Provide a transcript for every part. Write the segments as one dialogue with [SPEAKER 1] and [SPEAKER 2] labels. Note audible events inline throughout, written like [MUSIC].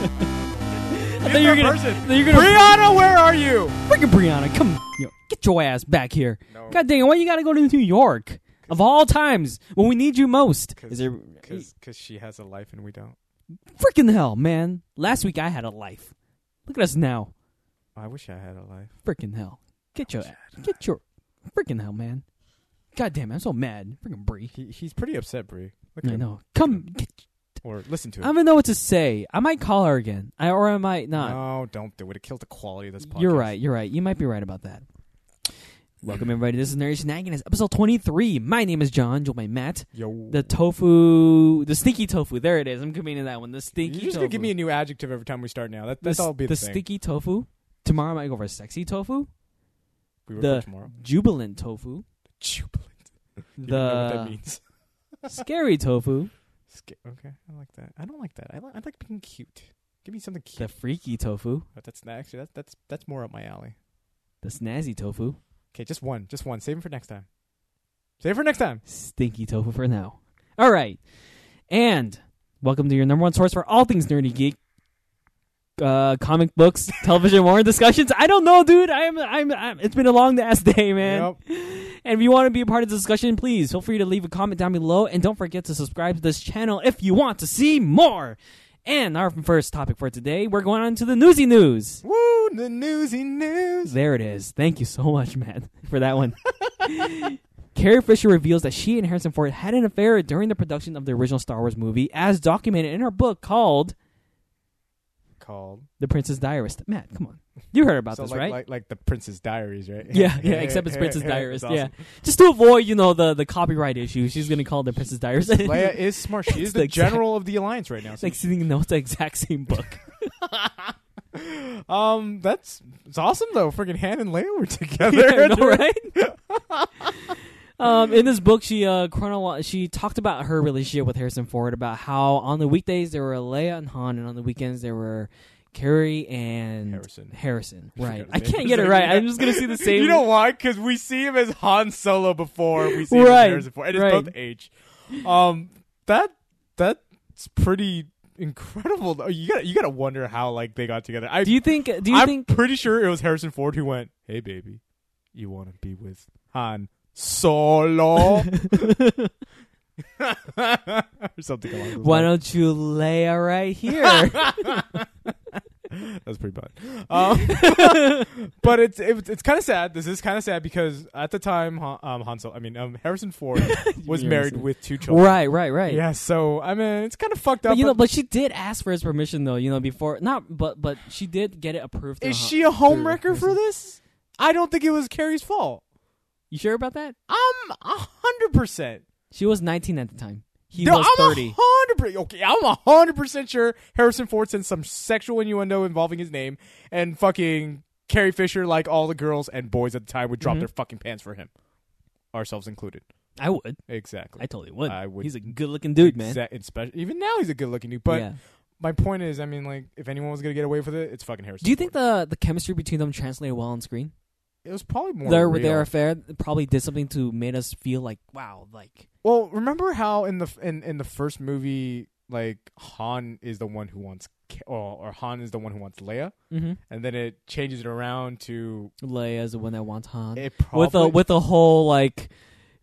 [SPEAKER 1] I thought you were
[SPEAKER 2] that
[SPEAKER 1] gonna.
[SPEAKER 2] person.
[SPEAKER 1] I thought you were gonna
[SPEAKER 2] Brianna, where are you?
[SPEAKER 1] freaking Brianna. Come, yo, get your ass back here. God dang it! Why you gotta go to New York of all times when we need you most? Is there
[SPEAKER 2] Because she has a life and we don't.
[SPEAKER 1] freaking hell, man? Last week I had a life. Look at us now.
[SPEAKER 2] I wish I had a life.
[SPEAKER 1] Freaking hell! Get your get your freaking hell, man. God damn it! I'm so mad. Freaking Brie.
[SPEAKER 2] He, he's pretty upset, Brie. Look at
[SPEAKER 1] I
[SPEAKER 2] him.
[SPEAKER 1] know. Come. Get,
[SPEAKER 2] Or listen
[SPEAKER 1] I
[SPEAKER 2] to him.
[SPEAKER 1] don't even know what to say. I might call her again. I or I might not.
[SPEAKER 2] no, don't do it. It killed the quality of this podcast.
[SPEAKER 1] You're right. You're right. You might be right about that.
[SPEAKER 2] [CLEARS THROAT]
[SPEAKER 1] Welcome everybody. This is Nerdy Snagging. It's episode 23. My name is John, joined by Matt.
[SPEAKER 2] Yo.
[SPEAKER 1] The tofu, the stinky tofu. There it is. I'm committing that one. The
[SPEAKER 2] You're
[SPEAKER 1] stinky.
[SPEAKER 2] just
[SPEAKER 1] tofu.
[SPEAKER 2] gonna give me a new adjective every time we start now. That, that's
[SPEAKER 1] the,
[SPEAKER 2] all be
[SPEAKER 1] the
[SPEAKER 2] the, thing.
[SPEAKER 1] sticky tofu. Tomorrow I might go for sexy tofu,
[SPEAKER 2] we were
[SPEAKER 1] the-
[SPEAKER 2] tomorrow.
[SPEAKER 1] jubilant tofu,
[SPEAKER 2] Jubilant. You don't know what that
[SPEAKER 1] the
[SPEAKER 2] means. [LAUGHS]
[SPEAKER 1] scary tofu,
[SPEAKER 2] Sca- Okay, I like that. I don't like that. I, li- I like being cute. Give me something
[SPEAKER 1] the
[SPEAKER 2] cute.
[SPEAKER 1] freaky tofu,
[SPEAKER 2] But that's not, actually that, that's that's more up my alley.
[SPEAKER 1] the snazzy tofu,
[SPEAKER 2] Okay, just one, just one. Save it for next time. Save it for next time.
[SPEAKER 1] stinky tofu for now. All right, and welcome to your number one source for all things nerdy geek. Uh, comic books, [LAUGHS] television, war discussions. I don't know, dude. I'm, I'm, I'm. It's been a long ass [LAUGHS] day, man.
[SPEAKER 2] Yep.
[SPEAKER 1] And if you want to be a part of the discussion, please feel free to leave a comment down below. And don't forget to subscribe to this channel if you want to see more. And our first topic for today, we're going on to the newsy news.
[SPEAKER 2] Woo! The newsy news.
[SPEAKER 1] There it is. Thank you so much, Matt, for that one. [LAUGHS] Carrie Fisher reveals that she and Harrison Ford had an affair during the production of the original Star Wars movie, as documented in her book called
[SPEAKER 2] Called.
[SPEAKER 1] The Princess Diarist. Matt, come on. You heard about
[SPEAKER 2] so
[SPEAKER 1] this,
[SPEAKER 2] like,
[SPEAKER 1] right?
[SPEAKER 2] like like the Prince's Diaries, right?
[SPEAKER 1] [LAUGHS]
[SPEAKER 2] [LAUGHS]
[SPEAKER 1] Yeah, yeah, except it's Princess
[SPEAKER 2] That's
[SPEAKER 1] Diarist.
[SPEAKER 2] awesome.
[SPEAKER 1] Yeah. Just to avoid, you know, the, the copyright issue, she's going to call it the Princess Diarist. [LAUGHS]
[SPEAKER 2] Leia is smart. She
[SPEAKER 1] It's
[SPEAKER 2] is
[SPEAKER 1] the
[SPEAKER 2] the
[SPEAKER 1] exact-
[SPEAKER 2] general of the alliance right now.
[SPEAKER 1] It's [LAUGHS] like sitting in the the exact same book.
[SPEAKER 2] um, that's it's awesome though. Freaking Han and Leia were [LAUGHS] together.
[SPEAKER 1] Yeah, I know, right? [LAUGHS] um, in this book, she uh, chronolo- she talked about her relationship with Harrison Ford, about how on the weekdays there were Leia and Han, and on the weekends there were Carrie and
[SPEAKER 2] [LAUGHS] Harrison.
[SPEAKER 1] Harrison. [LAUGHS] right?
[SPEAKER 2] forgot
[SPEAKER 1] I
[SPEAKER 2] his
[SPEAKER 1] can't
[SPEAKER 2] name.
[SPEAKER 1] get it right. I'm just gonna see the same.
[SPEAKER 2] [LAUGHS] You know why? Because we see him as Han Solo before we see him
[SPEAKER 1] Right,
[SPEAKER 2] as Harrison Ford. It is
[SPEAKER 1] right.
[SPEAKER 2] both H. Um, that that's pretty incredible. though. You got to you got to wonder how like they got together. I
[SPEAKER 1] do you think? Do you
[SPEAKER 2] I'm
[SPEAKER 1] think?
[SPEAKER 2] pretty sure it was Harrison Ford who went, "Hey baby, you want to be with Han Solo?" [LAUGHS] or something along those
[SPEAKER 1] Why
[SPEAKER 2] lines.
[SPEAKER 1] don't you Leia right here? [LAUGHS]
[SPEAKER 2] That's pretty [LAUGHS] bad. Um, [LAUGHS] but it's it, it's kind of sad. This is kind of sad because at the time, Han, um, Han Solo, I mean, um, Harrison [LAUGHS] Ford [LAUGHS] was
[SPEAKER 1] You're
[SPEAKER 2] married
[SPEAKER 1] listening.
[SPEAKER 2] with two children.
[SPEAKER 1] right, right, right.
[SPEAKER 2] Yeah, so I mean, it's kind of fucked up.
[SPEAKER 1] But you know,
[SPEAKER 2] but
[SPEAKER 1] but she did ask for his permission though. You know, before not, but but she did get it approved.
[SPEAKER 2] is
[SPEAKER 1] uh-huh.
[SPEAKER 2] she a homewrecker
[SPEAKER 1] Harrison.
[SPEAKER 2] for this? I don't think it was Carrie's fault.
[SPEAKER 1] You sure about that?
[SPEAKER 2] I'm a hundred percent.
[SPEAKER 1] She was 19 at the time. He
[SPEAKER 2] No,
[SPEAKER 1] was
[SPEAKER 2] I'm
[SPEAKER 1] 30.
[SPEAKER 2] A hundred percent. Okay, I'm a hundred percent sure Harrison Ford sent some sexual innuendo involving his name, and fucking Carrie Fisher, like all the girls and boys at the time, would drop
[SPEAKER 1] Mhm.
[SPEAKER 2] their fucking pants for him, ourselves included.
[SPEAKER 1] I would.
[SPEAKER 2] Exactly.
[SPEAKER 1] I totally would.
[SPEAKER 2] I would-
[SPEAKER 1] He's a good-looking dude, man.
[SPEAKER 2] Exa- and spe- even now he's a good looking dude. But
[SPEAKER 1] Yeah.
[SPEAKER 2] my point is, I mean, like, if anyone was gonna get away with it, it's fucking Harrison.
[SPEAKER 1] do you think the the chemistry between them translated well on screen?
[SPEAKER 2] it was probably more
[SPEAKER 1] Their
[SPEAKER 2] real.
[SPEAKER 1] their affair probably did something to made us feel like wow, like
[SPEAKER 2] Well, remember how in the f- in in the first movie, like Han is the one who wants, Ca- or, or Han is the one who wants Leia,
[SPEAKER 1] mm-hmm.
[SPEAKER 2] and then it changes it around to
[SPEAKER 1] Leia's the one that wants Han
[SPEAKER 2] it probably
[SPEAKER 1] with a with a whole like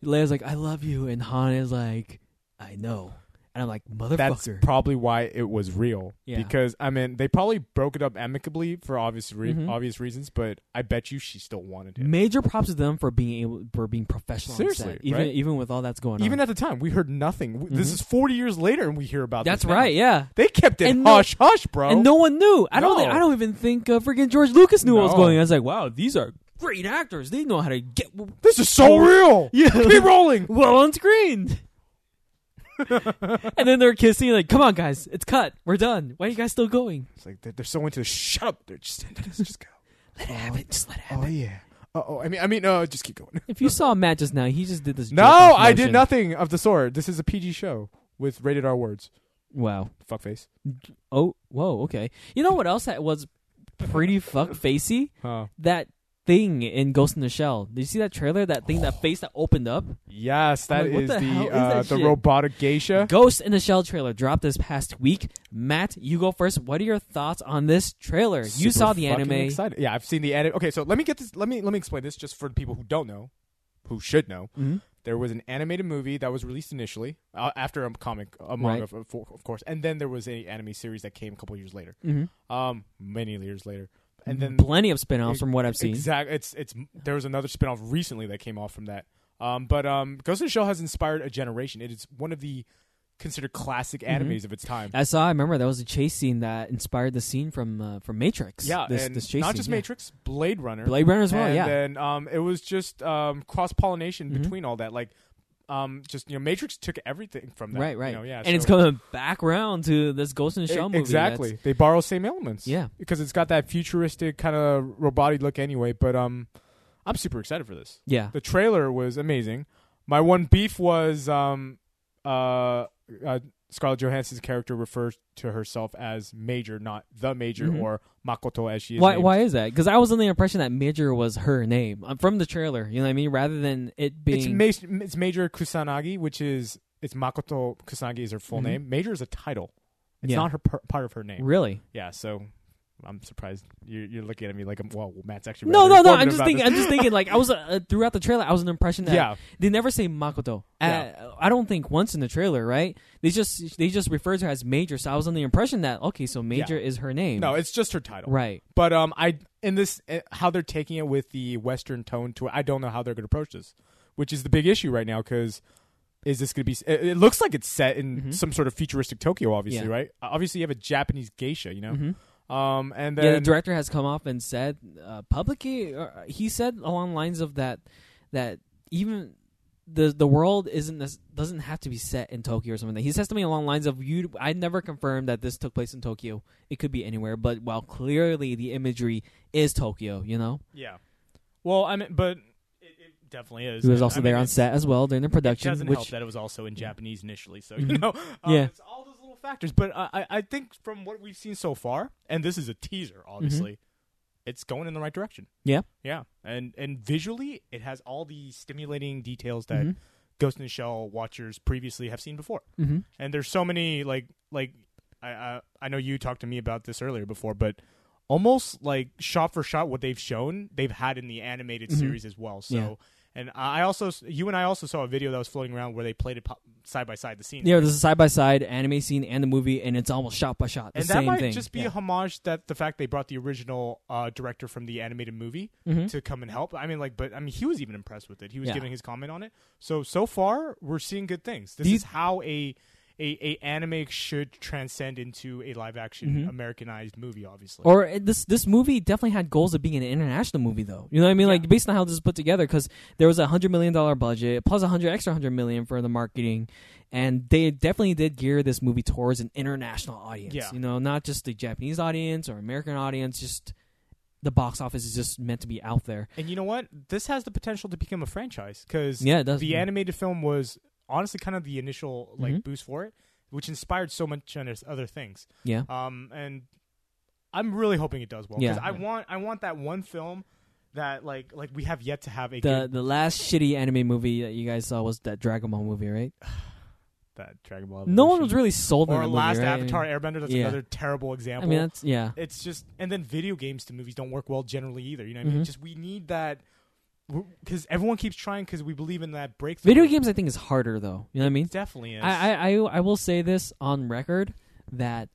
[SPEAKER 1] Leia's like I love you and Han is like I know and I'm like
[SPEAKER 2] that's
[SPEAKER 1] motherfucker.
[SPEAKER 2] probably why it was real
[SPEAKER 1] Yeah.
[SPEAKER 2] because I mean they probably broke it up amicably for obvious re-
[SPEAKER 1] Mhm.
[SPEAKER 2] obvious reasons, but I bet you she still wanted him.
[SPEAKER 1] Major props to them for being able for being professional. on
[SPEAKER 2] Seriously,
[SPEAKER 1] set, even
[SPEAKER 2] right?
[SPEAKER 1] even with all that's going on.
[SPEAKER 2] Even at the time, we heard nothing. W This
[SPEAKER 1] Mhm.
[SPEAKER 2] is 40 years later, and we hear about
[SPEAKER 1] that's
[SPEAKER 2] this now.
[SPEAKER 1] right, yeah.
[SPEAKER 2] They kept it
[SPEAKER 1] And no-
[SPEAKER 2] hush hush, bro.
[SPEAKER 1] and no one knew. I don't.
[SPEAKER 2] No.
[SPEAKER 1] thi- I don't even think uh, freaking George Lucas knew what was
[SPEAKER 2] No.
[SPEAKER 1] going. on. I was like, wow, these are great actors. They know how to get w-
[SPEAKER 2] this is so real.
[SPEAKER 1] [LAUGHS] Yeah.
[SPEAKER 2] keep rolling.
[SPEAKER 1] [LAUGHS] well on screen. [LAUGHS] and then they're kissing. Like, come on, guys, it's cut. We're done. Why are you guys still going?
[SPEAKER 2] It's like they're, they're so into this. Shut up. They're just into
[SPEAKER 1] [LAUGHS]
[SPEAKER 2] this. Just go.
[SPEAKER 1] Let it happen. Just let it happen.
[SPEAKER 2] Oh yeah. Uh oh. I mean, I mean, no. Just keep going.
[SPEAKER 1] If you saw Matt just now, he just did this.
[SPEAKER 2] No,
[SPEAKER 1] jerk-off
[SPEAKER 2] I did
[SPEAKER 1] motion.
[SPEAKER 2] nothing of the sort. This is a PG show with rated R words.
[SPEAKER 1] Wow.
[SPEAKER 2] Fuckface.
[SPEAKER 1] Oh, whoa. Okay. You know what else that was pretty fuck facey?
[SPEAKER 2] Huh.
[SPEAKER 1] That thing in Ghost in the Shell. Did you see that trailer? That thing, that face that opened up.
[SPEAKER 2] Yes, that
[SPEAKER 1] I'm like, what
[SPEAKER 2] is
[SPEAKER 1] the
[SPEAKER 2] the
[SPEAKER 1] hell is
[SPEAKER 2] uh,
[SPEAKER 1] that
[SPEAKER 2] the
[SPEAKER 1] shit?
[SPEAKER 2] robotic geisha.
[SPEAKER 1] Ghost in the Shell trailer dropped this past week. Matt, you go first. What are your thoughts on this trailer? you
[SPEAKER 2] Super
[SPEAKER 1] saw the
[SPEAKER 2] fucking
[SPEAKER 1] anime.
[SPEAKER 2] Excited. Yeah, I've seen the anime. Okay, so let me get this. Let me let me explain this just for the people who don't know, who should know.
[SPEAKER 1] Mhm.
[SPEAKER 2] There was an animated movie that was released initially uh, after a comic, a manga,
[SPEAKER 1] Right.
[SPEAKER 2] of, of course, and then there was a anime series that came a couple years later,
[SPEAKER 1] Mhm.
[SPEAKER 2] um, many years later, and then
[SPEAKER 1] Plenty of spin-offs from what I've seen.
[SPEAKER 2] Exactly. It's it's there was another spinoff recently that came off from that. Um, but um, Ghost in the Shell has inspired a generation. It is one of the considered classic
[SPEAKER 1] Mm-hmm.
[SPEAKER 2] animes of its time.
[SPEAKER 1] I saw. I remember that was a chase scene that inspired the scene from uh, from Matrix.
[SPEAKER 2] Yeah,
[SPEAKER 1] this,
[SPEAKER 2] and
[SPEAKER 1] this chase
[SPEAKER 2] not
[SPEAKER 1] scene,
[SPEAKER 2] just
[SPEAKER 1] yeah.
[SPEAKER 2] Matrix, Blade Runner,
[SPEAKER 1] Blade Runner as well.
[SPEAKER 2] and
[SPEAKER 1] yeah,
[SPEAKER 2] then um, it was just um, cross pollination
[SPEAKER 1] Mhm.
[SPEAKER 2] between all that. Like, um, just you know, Matrix took everything from that.
[SPEAKER 1] right, right.
[SPEAKER 2] You know, yeah,
[SPEAKER 1] and it's
[SPEAKER 2] so-
[SPEAKER 1] coming back round to this Ghost in the
[SPEAKER 2] E-
[SPEAKER 1] Shell movie.
[SPEAKER 2] Exactly,
[SPEAKER 1] that's-
[SPEAKER 2] they borrow same elements.
[SPEAKER 1] Yeah.
[SPEAKER 2] because it's got that futuristic kind of robotic look anyway. But um, I'm super excited for this.
[SPEAKER 1] yeah.
[SPEAKER 2] The trailer was amazing. My one beef was um uh, uh Scarlett Johansson's character refers to herself as Major, not the Major
[SPEAKER 1] Mhm.
[SPEAKER 2] or Makoto as she is.
[SPEAKER 1] Why?
[SPEAKER 2] named.
[SPEAKER 1] Why is that? Because I was under the impression that Major was her name um, from the trailer. You know what I mean? Rather than it
[SPEAKER 2] It's
[SPEAKER 1] being
[SPEAKER 2] ma- it's Major Kusanagi, which is it's Makoto Kusanagi is her full
[SPEAKER 1] Mhm.
[SPEAKER 2] name. Major is a title. It's
[SPEAKER 1] Yeah.
[SPEAKER 2] not her per- part of her name.
[SPEAKER 1] really.
[SPEAKER 2] Yeah, so I'm surprised you're, you're looking at me like, I'm, well, Matt's actually
[SPEAKER 1] No, no,
[SPEAKER 2] rather
[SPEAKER 1] no.
[SPEAKER 2] informative
[SPEAKER 1] I'm just
[SPEAKER 2] about
[SPEAKER 1] thinking.
[SPEAKER 2] this.
[SPEAKER 1] I'm just thinking. Like
[SPEAKER 2] [LAUGHS]
[SPEAKER 1] I was uh, uh, throughout the trailer, I was under the impression that
[SPEAKER 2] yeah,
[SPEAKER 1] they never say Makoto.
[SPEAKER 2] Yeah.
[SPEAKER 1] Uh, I don't think once in the trailer, right? They just they just refer to her as Major. So I was under the impression that okay, so Major is her name.
[SPEAKER 2] no, it's just her title.
[SPEAKER 1] right.
[SPEAKER 2] But um, I in this uh, how they're taking it with the Western tone to it, I don't know how they're going to approach this, which is the big issue right now. Because is this going to be? It, it looks like it's set in
[SPEAKER 1] Mhm.
[SPEAKER 2] some sort of futuristic Tokyo, obviously,
[SPEAKER 1] Yeah.
[SPEAKER 2] right? Obviously, you have a Japanese geisha, you know.
[SPEAKER 1] Mhm.
[SPEAKER 2] Um, and
[SPEAKER 1] yeah, the
[SPEAKER 2] then
[SPEAKER 1] director has come up and said uh, publicly. Uh, he said along the lines of that that even the the world isn't this, doesn't have to be set in Tokyo or something. He says something along the lines of you. I never confirmed that this took place in Tokyo. It could be anywhere, but well, clearly the imagery is Tokyo. You know,
[SPEAKER 2] yeah, well, I mean, but it, it definitely is.
[SPEAKER 1] he was
[SPEAKER 2] And,
[SPEAKER 1] also
[SPEAKER 2] I mean,
[SPEAKER 1] there on
[SPEAKER 2] it's-
[SPEAKER 1] set as well during the
[SPEAKER 2] It
[SPEAKER 1] production.
[SPEAKER 2] doesn't
[SPEAKER 1] which
[SPEAKER 2] help that it was also in Japanese initially, so you
[SPEAKER 1] Mhm.
[SPEAKER 2] know, um,
[SPEAKER 1] Yeah.
[SPEAKER 2] it's all those little factors. But I, I- I think from what we've seen so far, and this is a teaser, obviously, it's going in the right direction.
[SPEAKER 1] Mm-hmm. Yeah.
[SPEAKER 2] yeah, and and visually, it has all the stimulating details that
[SPEAKER 1] Mhm.
[SPEAKER 2] Ghost in the Shell watchers previously have seen before.
[SPEAKER 1] Mhm.
[SPEAKER 2] And there's so many like like I I, I know you talked to me about this earlier before, but. Almost like shot for shot, what they've shown, they've had in the animated
[SPEAKER 1] Mhm.
[SPEAKER 2] series as well. So
[SPEAKER 1] Yeah.
[SPEAKER 2] and I also, you and I also saw a video that was floating around where they played it po- side by side the scene.
[SPEAKER 1] Yeah, there's a side by side anime scene and the movie, and it's almost shot by shot. The
[SPEAKER 2] and that
[SPEAKER 1] same
[SPEAKER 2] might
[SPEAKER 1] thing.
[SPEAKER 2] just be
[SPEAKER 1] Yeah.
[SPEAKER 2] a homage that the fact they brought the original uh, director from the animated movie
[SPEAKER 1] Mhm.
[SPEAKER 2] to come and help. I mean, like, but I mean, he was even impressed with it. He was
[SPEAKER 1] Yeah.
[SPEAKER 2] giving his comment on it. So so far, we're seeing good things. This
[SPEAKER 1] Do you-
[SPEAKER 2] is how a a, a anime should transcend into a live action
[SPEAKER 1] Mhm.
[SPEAKER 2] Americanized movie. Obviously,
[SPEAKER 1] Or uh, this this movie definitely had goals of being an international movie, though. You know what I mean?
[SPEAKER 2] Yeah.
[SPEAKER 1] Like based on how this is put together, because there was a hundred million dollar budget plus a hundred extra hundred million for the marketing, and they definitely did gear this movie towards an international audience.
[SPEAKER 2] Yeah.
[SPEAKER 1] You know, not just the Japanese audience or American audience. Just the box office is just meant to be out there.
[SPEAKER 2] and you know what? This has the potential to become a franchise because
[SPEAKER 1] Yeah, it does.
[SPEAKER 2] the animated film was honestly kind of the initial like
[SPEAKER 1] Mhm.
[SPEAKER 2] boost for it, which inspired so much on his other things.
[SPEAKER 1] Yeah.
[SPEAKER 2] Um, and I'm really hoping it does well
[SPEAKER 1] Yeah.
[SPEAKER 2] because I want I want that one film that like like we have yet to have a
[SPEAKER 1] The
[SPEAKER 2] good,
[SPEAKER 1] the last shitty anime movie that you guys saw was that Dragon Ball movie, right?
[SPEAKER 2] that Dragon Ball.
[SPEAKER 1] No one was
[SPEAKER 2] Evolution.
[SPEAKER 1] really sold on
[SPEAKER 2] Oh, or
[SPEAKER 1] that
[SPEAKER 2] last
[SPEAKER 1] movie, right?
[SPEAKER 2] Avatar Airbender. That's
[SPEAKER 1] Yeah.
[SPEAKER 2] another terrible
[SPEAKER 1] I
[SPEAKER 2] example.
[SPEAKER 1] mean, that's yeah.
[SPEAKER 2] it's just and then video games to movies don't work well generally either. You know what I mean?
[SPEAKER 1] Mhm.
[SPEAKER 2] Just we need that because everyone keeps trying because we believe in that breakthrough.
[SPEAKER 1] Video games, I think, is harder though. You know what I mean?
[SPEAKER 2] definitely is.
[SPEAKER 1] I, I, I I will say this on record that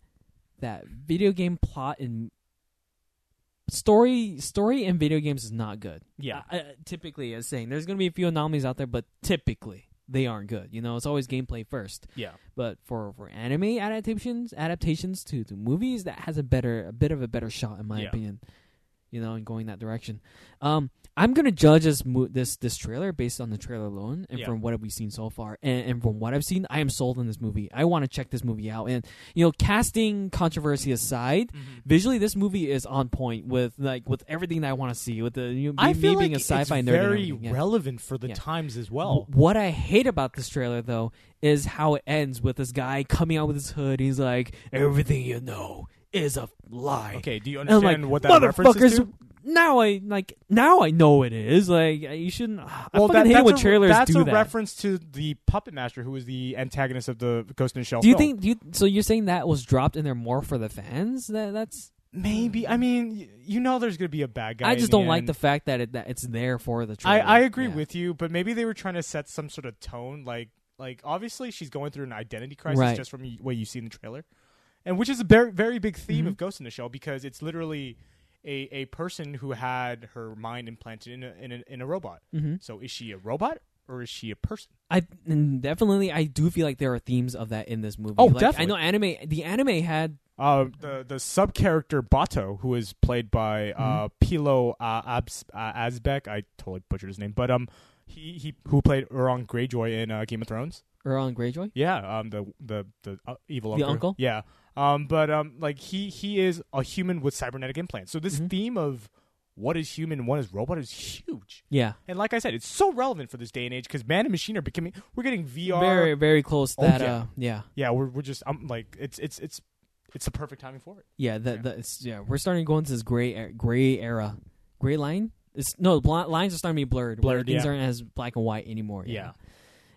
[SPEAKER 1] that video game plot and story story in video games is not good.
[SPEAKER 2] yeah.
[SPEAKER 1] I, I- typically as saying there's going to be a few anomalies out there, but typically they aren't good. You know, it's always gameplay first.
[SPEAKER 2] Yeah.
[SPEAKER 1] But for, for anime adaptations adaptations to, to movies, that has a better a bit of a better shot in my
[SPEAKER 2] Yeah.
[SPEAKER 1] opinion. You know, and going that direction. Um, I'm gonna judge this mo- this this trailer based on the trailer alone and
[SPEAKER 2] Yeah.
[SPEAKER 1] from what we've seen so far, and, and from what I've seen, I am sold on this movie. I want to check this movie out, and you know, casting controversy aside.
[SPEAKER 2] Mhm.
[SPEAKER 1] Visually, this movie is on point with like with everything that I want to see. With the you know,
[SPEAKER 2] I
[SPEAKER 1] me, me
[SPEAKER 2] feel
[SPEAKER 1] being
[SPEAKER 2] like
[SPEAKER 1] a sci-fi
[SPEAKER 2] it's
[SPEAKER 1] nerd, and
[SPEAKER 2] very
[SPEAKER 1] everything, yeah.
[SPEAKER 2] relevant for the
[SPEAKER 1] Yeah.
[SPEAKER 2] times as well.
[SPEAKER 1] W- What I hate about this trailer, though, is how it ends with this guy coming out with his hood. He's like, "Everything you know is a lie."
[SPEAKER 2] Okay, do you
[SPEAKER 1] And I'm
[SPEAKER 2] understand
[SPEAKER 1] like,
[SPEAKER 2] what that reference is
[SPEAKER 1] motherfuckers,
[SPEAKER 2] to?
[SPEAKER 1] now I like now I know it is like you shouldn't. I fucking hate it
[SPEAKER 2] that's
[SPEAKER 1] when
[SPEAKER 2] a,
[SPEAKER 1] trailers
[SPEAKER 2] that's
[SPEAKER 1] do
[SPEAKER 2] a
[SPEAKER 1] that.
[SPEAKER 2] reference to the Puppet Master, who is the antagonist of the Ghost in the Shell.
[SPEAKER 1] do you
[SPEAKER 2] film.
[SPEAKER 1] think? Do you, so you're saying that was dropped in there more for the fans? That that's.
[SPEAKER 2] maybe? I mean, y- you know, there's gonna be a bad guy.
[SPEAKER 1] I
[SPEAKER 2] in
[SPEAKER 1] just
[SPEAKER 2] the
[SPEAKER 1] don't like
[SPEAKER 2] end.
[SPEAKER 1] the fact that it that it's there for the
[SPEAKER 2] I,
[SPEAKER 1] trailer.
[SPEAKER 2] I agree
[SPEAKER 1] Yeah.
[SPEAKER 2] with you, but maybe they were trying to set some sort of tone, like like obviously she's going through an identity crisis
[SPEAKER 1] Right.
[SPEAKER 2] just from y- what you see in the trailer, and which is a very very big theme
[SPEAKER 1] Mhm.
[SPEAKER 2] of Ghost in the Shell because it's literally a, a person who had her mind implanted in a, in a in a robot.
[SPEAKER 1] Mhm.
[SPEAKER 2] So is she a robot or is she a person?
[SPEAKER 1] I and definitely I do feel like there are themes of that in this movie.
[SPEAKER 2] Oh,
[SPEAKER 1] Like,
[SPEAKER 2] definitely.
[SPEAKER 1] I know anime. The anime had
[SPEAKER 2] Uh, the the sub character Bato, who is played by uh,
[SPEAKER 1] Mm-hmm.
[SPEAKER 2] Pilo uh, Abs- uh, Azbek, I totally butchered his name, but um, he, he who played Euron Greyjoy in uh, Game of Thrones.
[SPEAKER 1] Earl Greyjoy.
[SPEAKER 2] Yeah, um, the the the uh, evil
[SPEAKER 1] The
[SPEAKER 2] uncle.
[SPEAKER 1] uncle?
[SPEAKER 2] Yeah, um, but um, like he he is a human with cybernetic implants. So this
[SPEAKER 1] Mhm.
[SPEAKER 2] theme of what is human, what is robot is huge.
[SPEAKER 1] Yeah,
[SPEAKER 2] And like I said, it's so relevant for this day and age because man and machine are becoming. We're getting VR.
[SPEAKER 1] very very close. to
[SPEAKER 2] Oh,
[SPEAKER 1] That
[SPEAKER 2] yeah.
[SPEAKER 1] uh, yeah,
[SPEAKER 2] yeah, we're we're just. I'm like it's it's it's it's the perfect timing for it.
[SPEAKER 1] yeah. That
[SPEAKER 2] Yeah.
[SPEAKER 1] that's yeah. We're starting to go into this gray er- gray era. Gray line. It's no bl- lines are starting to be blurred. where
[SPEAKER 2] Blurred,
[SPEAKER 1] Things
[SPEAKER 2] yeah.
[SPEAKER 1] aren't as black and white anymore.
[SPEAKER 2] Yeah.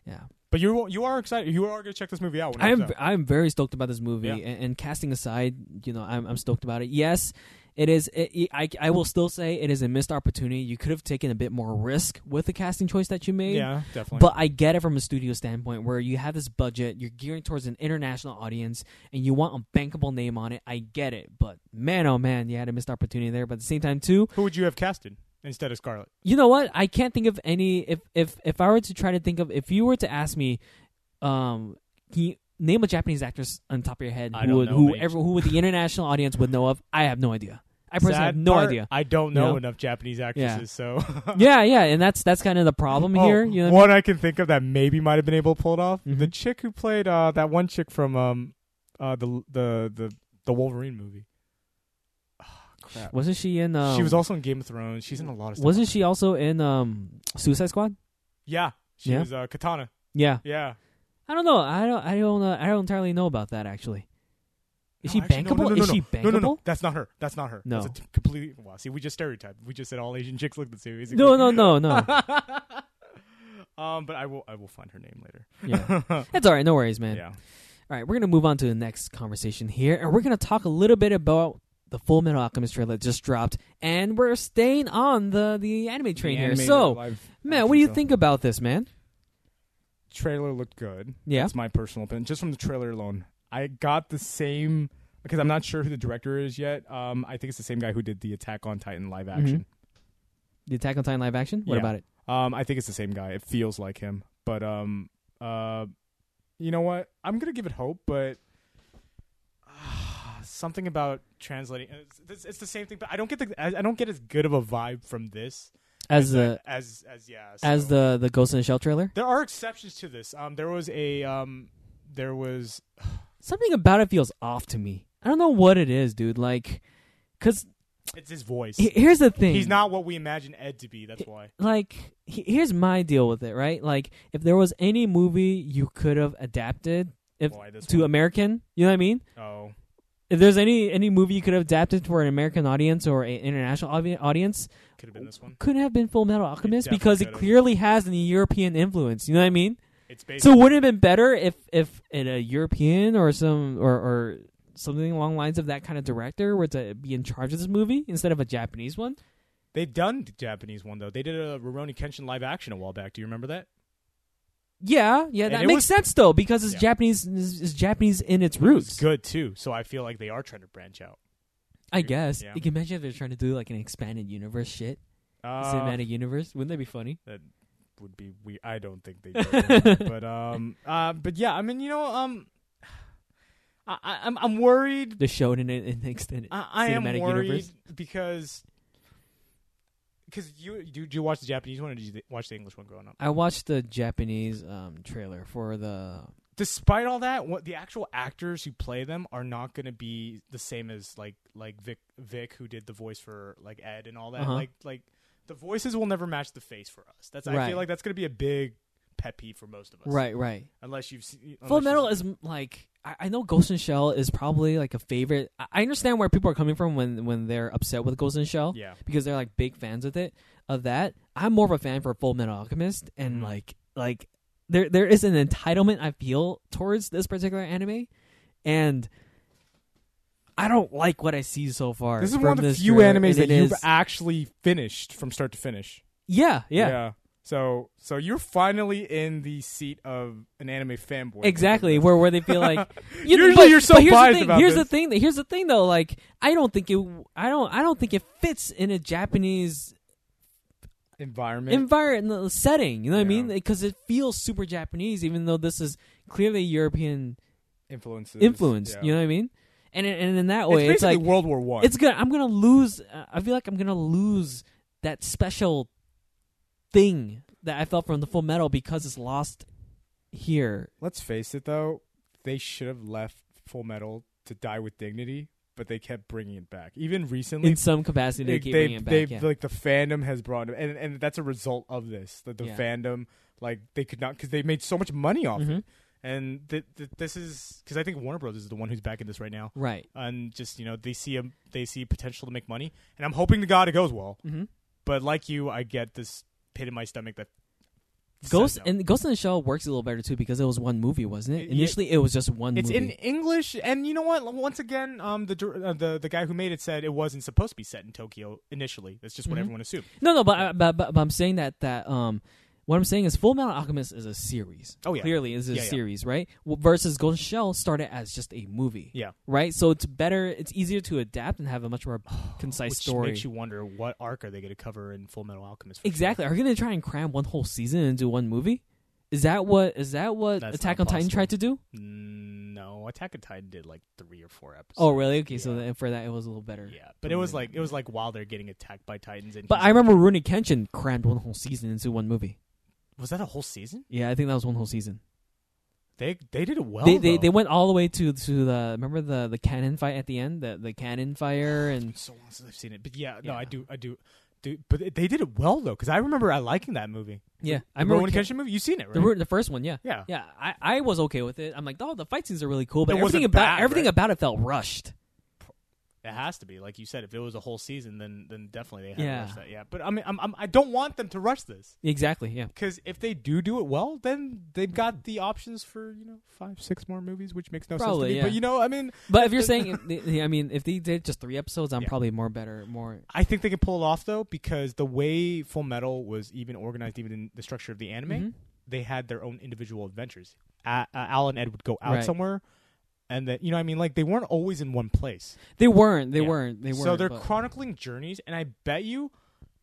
[SPEAKER 1] Yeah.
[SPEAKER 2] But you you are excited. You are gonna check this movie out. When it
[SPEAKER 1] I am
[SPEAKER 2] comes out.
[SPEAKER 1] I am very stoked about this movie,
[SPEAKER 2] Yeah.
[SPEAKER 1] and, and casting aside, you know, I'm I'm stoked about it. Yes, it is. It, it- I I will still say it is a missed opportunity. You could have taken a bit more risk with the casting choice that you made.
[SPEAKER 2] Yeah, definitely.
[SPEAKER 1] But I get it from a studio standpoint where you have this budget, you're gearing towards an international audience, and you want a bankable name on it. I get it, but man, oh man, you had a missed opportunity there. But at the same time, too,
[SPEAKER 2] who would you have casted instead of Scarlet?
[SPEAKER 1] you know what? I can't think of any. If if if I were to try to think of, if you were to ask me, um, can you name a Japanese actress on top of your head
[SPEAKER 2] I
[SPEAKER 1] who
[SPEAKER 2] don't
[SPEAKER 1] would
[SPEAKER 2] know,
[SPEAKER 1] who
[SPEAKER 2] mate.
[SPEAKER 1] ever who would the international audience would know of? I have no idea. I personally
[SPEAKER 2] Sad
[SPEAKER 1] have no
[SPEAKER 2] part,
[SPEAKER 1] idea.
[SPEAKER 2] I don't know
[SPEAKER 1] Yeah.
[SPEAKER 2] enough Japanese actresses, so
[SPEAKER 1] Yeah, yeah, and that's that's kind of the problem
[SPEAKER 2] [LAUGHS] Oh,
[SPEAKER 1] here. You know, what
[SPEAKER 2] one I can think of that maybe might have been able to pull it off. The
[SPEAKER 1] Mhm.
[SPEAKER 2] chick who played uh, that one chick from um, uh, the the the the Wolverine movie. Ah,
[SPEAKER 1] I mean?
[SPEAKER 2] crap.
[SPEAKER 1] wasn't she in? Um,
[SPEAKER 2] she was also in Game of Thrones. She's in a lot of stuff.
[SPEAKER 1] Wasn't she also in um Suicide Squad?
[SPEAKER 2] Yeah, she
[SPEAKER 1] Yeah.
[SPEAKER 2] was uh, Katana.
[SPEAKER 1] Yeah,
[SPEAKER 2] Yeah,
[SPEAKER 1] I don't know. I don't. I don't. Uh, I don't entirely know about that actually. Is
[SPEAKER 2] No,
[SPEAKER 1] she
[SPEAKER 2] actually, no,
[SPEAKER 1] bankable?
[SPEAKER 2] no, no,
[SPEAKER 1] Is she bankable?
[SPEAKER 2] no, no, no, that's not her. That's not her.
[SPEAKER 1] No.
[SPEAKER 2] that's a t- completely. Wow, see, we just stereotyped. We just said all Asian chicks look the same. basically.
[SPEAKER 1] No, no, no, no.
[SPEAKER 2] [LAUGHS] um, but I will. I will find her name later.
[SPEAKER 1] Yeah,
[SPEAKER 2] [LAUGHS]
[SPEAKER 1] that's all right. No worries, man.
[SPEAKER 2] yeah.
[SPEAKER 1] All right, we're gonna move on to the next conversation here, and we're gonna talk a little bit about the Full Metal Alchemist trailer that just dropped, and we're staying on the the anime train here. So, man, what do you think about this, man?
[SPEAKER 2] Trailer looked good.
[SPEAKER 1] Yeah,
[SPEAKER 2] That's my personal opinion. Just from the trailer alone, I got the same because I'm not sure who the director is yet. Um, I think it's the same guy who did the Attack on Titan live
[SPEAKER 1] Mm-hmm.
[SPEAKER 2] action.
[SPEAKER 1] the Attack on Titan live action. What
[SPEAKER 2] Yeah.
[SPEAKER 1] about it?
[SPEAKER 2] Um, I think it's the same guy. It feels like him, but um, uh, you know what? I'm gonna give it hope, but [SIGHS] ah, something about translating. It's, it's, it's the same thing, but I don't get the I, I don't get as good of a vibe from this
[SPEAKER 1] As the
[SPEAKER 2] as as yeah
[SPEAKER 1] as
[SPEAKER 2] so-
[SPEAKER 1] the the Ghost in the Shell trailer,
[SPEAKER 2] There are exceptions to this. Um, there was a um, there was
[SPEAKER 1] something about it feels off to me. I don't know what it is, dude. Like, cause
[SPEAKER 2] it's his voice.
[SPEAKER 1] he- here's the thing.
[SPEAKER 2] He's not what we imagine Ed to be. That's why.
[SPEAKER 1] like he- here's my deal with it, right? Like if there was any movie you could have adapted if
[SPEAKER 2] why Oh, this
[SPEAKER 1] to
[SPEAKER 2] one.
[SPEAKER 1] American, you know what I mean?
[SPEAKER 2] oh,
[SPEAKER 1] If there's any any movie you could have adapted for an American audience or an international obvi- audience,
[SPEAKER 2] could have been this one.
[SPEAKER 1] couldn't have been Full Metal Alchemist
[SPEAKER 2] definitely
[SPEAKER 1] because it
[SPEAKER 2] could've.
[SPEAKER 1] clearly has an European influence. You know what I mean?
[SPEAKER 2] It's based.
[SPEAKER 1] So wouldn't it have been better if if in a European or some or or something along the lines of that kind of director were to be in charge of this movie instead of a Japanese one?
[SPEAKER 2] They've done the Japanese one though. They did a Rurouni Kenshin live action a while back. Do you remember that?
[SPEAKER 1] Yeah, yeah,
[SPEAKER 2] And
[SPEAKER 1] that
[SPEAKER 2] it
[SPEAKER 1] makes
[SPEAKER 2] was-
[SPEAKER 1] sense though because it's
[SPEAKER 2] Yeah.
[SPEAKER 1] Japanese is, is Japanese in its
[SPEAKER 2] It was
[SPEAKER 1] roots.
[SPEAKER 2] good too. So I feel like they are trying to branch out.
[SPEAKER 1] I guess.
[SPEAKER 2] Yeah.
[SPEAKER 1] You can imagine if they're trying to do like an expanded universe shit,
[SPEAKER 2] Uh,
[SPEAKER 1] cinematic universe. Wouldn't that be funny?
[SPEAKER 2] that would be weird. I don't think they.
[SPEAKER 1] [LAUGHS]
[SPEAKER 2] Did. but um, uh, but yeah. I mean, you know, um, [SIGHS] I, I I'm I'm worried
[SPEAKER 1] The show in an an extended
[SPEAKER 2] I, I am
[SPEAKER 1] cinematic
[SPEAKER 2] worried
[SPEAKER 1] universe.
[SPEAKER 2] because because you did you watch the Japanese one or did you th- watch the English one growing up?
[SPEAKER 1] I watched the Japanese um, trailer for the.
[SPEAKER 2] Despite all that, what the actual actors who play them are not going to be the same as like like Vic Vic who did the voice for like Ed and all that.
[SPEAKER 1] Uh-huh.
[SPEAKER 2] Like like the voices will never match the face for us. That's I
[SPEAKER 1] Right.
[SPEAKER 2] feel like that's going to be a big pet peeve for most of us,
[SPEAKER 1] Right, right.
[SPEAKER 2] Unless you've seen
[SPEAKER 1] Full Metal is m- like I, I know Ghost in the Shell is probably like a favorite. I, I understand where people are coming from when when they're upset with Ghost in the Shell
[SPEAKER 2] Yeah.
[SPEAKER 1] because they're like big fans of it of that. I'm more of a fan for Full Metal Alchemist and
[SPEAKER 2] Mhm.
[SPEAKER 1] like like there there is an entitlement I feel towards this particular anime and I don't like what I see so far.
[SPEAKER 2] This is
[SPEAKER 1] from
[SPEAKER 2] one of the
[SPEAKER 1] this
[SPEAKER 2] few
[SPEAKER 1] genre,
[SPEAKER 2] animes
[SPEAKER 1] and
[SPEAKER 2] that
[SPEAKER 1] it
[SPEAKER 2] you've
[SPEAKER 1] is-
[SPEAKER 2] actually finished from start to finish.
[SPEAKER 1] yeah, yeah.
[SPEAKER 2] So so you're finally in the seat of an anime fanboy.
[SPEAKER 1] Exactly, where where they feel
[SPEAKER 2] [LAUGHS]
[SPEAKER 1] like you
[SPEAKER 2] Usually
[SPEAKER 1] but-
[SPEAKER 2] you're so
[SPEAKER 1] but here's
[SPEAKER 2] biased
[SPEAKER 1] the thing,
[SPEAKER 2] about
[SPEAKER 1] Here's
[SPEAKER 2] this.
[SPEAKER 1] the thing. that- Here's the thing, though. Like, I don't think it. I don't. I don't think it fits in a Japanese
[SPEAKER 2] Environment.
[SPEAKER 1] environment setting. You know what I mean?
[SPEAKER 2] Yeah.
[SPEAKER 1] Because it feels super Japanese, even though this is clearly European
[SPEAKER 2] influences.
[SPEAKER 1] influence.
[SPEAKER 2] Yeah.
[SPEAKER 1] You know what I mean? And and in that
[SPEAKER 2] it's
[SPEAKER 1] way, it's,
[SPEAKER 2] basically
[SPEAKER 1] like
[SPEAKER 2] World War One.
[SPEAKER 1] it's good. I'm gonna lose. uh, I feel like I'm gonna lose that special thing that I felt from the Full Metal because it's lost here.
[SPEAKER 2] Let's face it though, they should have left Full Metal to die with dignity, but they kept bringing it back. Even recently,
[SPEAKER 1] In some capacity, they,
[SPEAKER 2] Like,
[SPEAKER 1] keep
[SPEAKER 2] they've-
[SPEAKER 1] bringing it back.
[SPEAKER 2] they've-
[SPEAKER 1] yeah.
[SPEAKER 2] like the fandom has brought and and that's a result of this that the
[SPEAKER 1] Yeah.
[SPEAKER 2] fandom like they could not because they made so much money off
[SPEAKER 1] Mhm.
[SPEAKER 2] it and th- th- this is because i think warner brothers is the one who's backing this right now
[SPEAKER 1] Right.
[SPEAKER 2] and just you know they see a, they see potential to make money and i'm hoping to god it goes well
[SPEAKER 1] Mm-hmm.
[SPEAKER 2] but like you i get this pit in my stomach that says
[SPEAKER 1] Ghost
[SPEAKER 2] no.
[SPEAKER 1] and Ghost in the Shell works a little better too because it was one movie, wasn't it?
[SPEAKER 2] It- yeah.
[SPEAKER 1] Initially, it was just one.
[SPEAKER 2] it's
[SPEAKER 1] movie.
[SPEAKER 2] in english and you know what once again um the dir- uh, the the guy who made it said it wasn't supposed to be set in tokyo initially that's just what
[SPEAKER 1] Mhm.
[SPEAKER 2] everyone assumed
[SPEAKER 1] no, no, but, but, but but I'm saying that that um, what I'm saying is Full Metal Alchemist is a series.
[SPEAKER 2] Oh, yeah.
[SPEAKER 1] clearly is a
[SPEAKER 2] Yeah, yeah.
[SPEAKER 1] series, right? Well, versus Ghost in the Shell started as just a movie.
[SPEAKER 2] Yeah.
[SPEAKER 1] right. So it's better, it's easier to adapt and have a much more concise
[SPEAKER 2] [SIGHS] which
[SPEAKER 1] story.
[SPEAKER 2] makes you wonder what arc are they going to cover in Full Metal Alchemist? for sure.
[SPEAKER 1] exactly. Are we going to try and cram one whole season into one movie? Is that what is that what
[SPEAKER 2] That's
[SPEAKER 1] Attack on
[SPEAKER 2] not
[SPEAKER 1] Titan
[SPEAKER 2] possible.
[SPEAKER 1] tried to do?
[SPEAKER 2] Mm, No, Attack on Titan did like three or four episodes.
[SPEAKER 1] Oh, really? Okay, so
[SPEAKER 2] Yeah.
[SPEAKER 1] then for that it was a little better.
[SPEAKER 2] yeah, but it was like it was like while they're getting attacked by Titans. And
[SPEAKER 1] But
[SPEAKER 2] he's
[SPEAKER 1] I
[SPEAKER 2] like-
[SPEAKER 1] remember Rooney Kenshin crammed one whole season into one movie.
[SPEAKER 2] was that a whole season?
[SPEAKER 1] Yeah, I think that was one whole season.
[SPEAKER 2] They they did it well.
[SPEAKER 1] they, they
[SPEAKER 2] though.
[SPEAKER 1] they went all the way to to the remember the the cannon fight at the end, the the cannon fire and
[SPEAKER 2] so long since I've seen it, but yeah, no, I
[SPEAKER 1] Yeah.
[SPEAKER 2] do I do. do but they did it well though, because I remember I liking that movie.
[SPEAKER 1] yeah, I
[SPEAKER 2] The
[SPEAKER 1] remember
[SPEAKER 2] Rurouni
[SPEAKER 1] Ken-
[SPEAKER 2] Kenshin movie. You've seen it, right?
[SPEAKER 1] the Ru- the first one, yeah.
[SPEAKER 2] yeah.
[SPEAKER 1] Yeah, I, I was okay with it. I'm like, oh, the fight scenes are really cool, but
[SPEAKER 2] It
[SPEAKER 1] everything
[SPEAKER 2] wasn't
[SPEAKER 1] about
[SPEAKER 2] bad,
[SPEAKER 1] everything
[SPEAKER 2] right?
[SPEAKER 1] about it felt rushed.
[SPEAKER 2] It has to be, like you said, if it was a whole season, then then definitely they had
[SPEAKER 1] Yeah.
[SPEAKER 2] to rush that. Yeah, but I mean, I'm, I'm I don't want them to rush this.
[SPEAKER 1] Exactly. Yeah.
[SPEAKER 2] Because if they do do it well, then they've got the options for you know five, six more movies, which makes no sense
[SPEAKER 1] Probably,
[SPEAKER 2] to me.
[SPEAKER 1] yeah.
[SPEAKER 2] But you know, I mean,
[SPEAKER 1] But if you're saying, I mean, if [LAUGHS] they did just three episodes, I'm
[SPEAKER 2] Yeah.
[SPEAKER 1] probably more better, more
[SPEAKER 2] I think they can pull it off though because the way Full Metal was even organized, even in the structure of the anime,
[SPEAKER 1] Mhm.
[SPEAKER 2] they had their own individual adventures. A- uh, Al and Ed would go out
[SPEAKER 1] Right.
[SPEAKER 2] somewhere, and that you know, I mean, like they weren't always in one place.
[SPEAKER 1] They weren't. They
[SPEAKER 2] Yeah.
[SPEAKER 1] weren't. They weren't.
[SPEAKER 2] so they're
[SPEAKER 1] but-
[SPEAKER 2] chronicling journeys, and I bet you,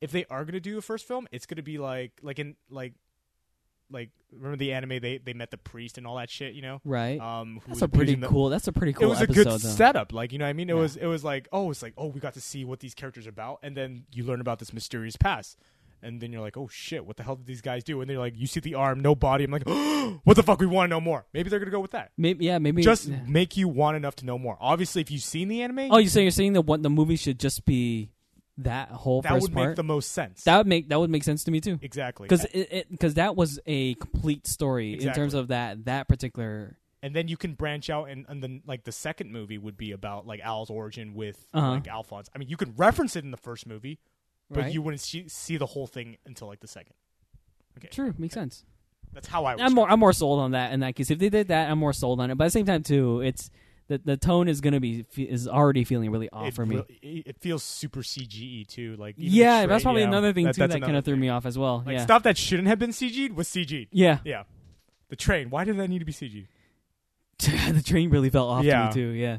[SPEAKER 2] if they are gonna do a first film, it's gonna be like like in like like remember the anime they they met the priest and all that shit, you know.
[SPEAKER 1] right.
[SPEAKER 2] Um, who
[SPEAKER 1] that's
[SPEAKER 2] was
[SPEAKER 1] a pretty
[SPEAKER 2] abusing the-
[SPEAKER 1] cool. That's a pretty cool.
[SPEAKER 2] it was
[SPEAKER 1] episode,
[SPEAKER 2] a good
[SPEAKER 1] though.
[SPEAKER 2] setup. Like you know, what I mean, it
[SPEAKER 1] Yeah.
[SPEAKER 2] was it was like oh, it's like oh, we got to see what these characters are about, and then you learn about this mysterious past, and then you're like oh shit, what the hell did these guys do? And they're like you see the arm, no body. I'm like [GASPS] what the fuck? We want to know more. Maybe they're gonna go with that.
[SPEAKER 1] Maybe yeah. Maybe
[SPEAKER 2] Just
[SPEAKER 1] yeah.
[SPEAKER 2] make you want enough to know more. Obviously, if you've seen the anime,
[SPEAKER 1] Oh, you saying you're saying that one the movie should just be that whole
[SPEAKER 2] that
[SPEAKER 1] first
[SPEAKER 2] would
[SPEAKER 1] part?
[SPEAKER 2] make the most sense.
[SPEAKER 1] that would make that would make sense to me too.
[SPEAKER 2] exactly.
[SPEAKER 1] Because because that was a complete story in terms
[SPEAKER 2] Exactly.
[SPEAKER 1] of that that particular.
[SPEAKER 2] and then you can branch out, and, and then like the second movie would be about like Al's origin with
[SPEAKER 1] Uh-huh.
[SPEAKER 2] like Alphonse. I mean, you could reference it in the first movie, but
[SPEAKER 1] right?
[SPEAKER 2] you wouldn't see, see the whole thing until like the second.
[SPEAKER 1] true makes sense.
[SPEAKER 2] That's how I. Was
[SPEAKER 1] I'm more I'm more sold on that in that case. If they did that, I'm more sold on it. But at the same time too, it's the the tone is gonna be fe- is already feeling really off
[SPEAKER 2] it
[SPEAKER 1] for me.
[SPEAKER 2] real- it it feels super CGE too. Like even the
[SPEAKER 1] yeah,
[SPEAKER 2] tra-
[SPEAKER 1] that's probably
[SPEAKER 2] yeah,
[SPEAKER 1] another thing too
[SPEAKER 2] that's
[SPEAKER 1] that kind
[SPEAKER 2] another
[SPEAKER 1] of threw
[SPEAKER 2] thing.
[SPEAKER 1] me off as well.
[SPEAKER 2] Like
[SPEAKER 1] yeah,
[SPEAKER 2] stuff that shouldn't have been CG'd was CG'd.
[SPEAKER 1] yeah. [LAUGHS]
[SPEAKER 2] Yeah, the train. Why did that need to be E? CG'd?
[SPEAKER 1] the train really fell off to
[SPEAKER 2] Yeah.
[SPEAKER 1] me too. Yeah.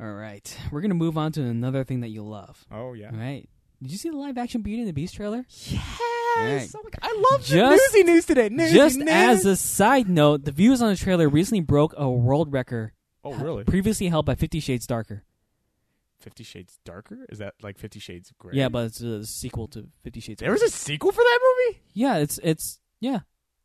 [SPEAKER 1] All right, we're gonna move on to another thing that you love.
[SPEAKER 2] Oh yeah.
[SPEAKER 1] All right. Did you see the live action Beauty and the Beast trailer?
[SPEAKER 2] Yes.
[SPEAKER 1] Right.
[SPEAKER 2] Oh my God. I love
[SPEAKER 1] Just-
[SPEAKER 2] the newsy news today. Newsy
[SPEAKER 1] Just
[SPEAKER 2] news.
[SPEAKER 1] as a side note, the views on the trailer recently broke a world record
[SPEAKER 2] oh really?
[SPEAKER 1] previously held by Fifty Shades Darker.
[SPEAKER 2] Fifty Shades Darker is that like Fifty Shades Gray?
[SPEAKER 1] Yeah, but it's a sequel to Fifty Shades.
[SPEAKER 2] there was a sequel for that movie.
[SPEAKER 1] yeah, it's it's yeah,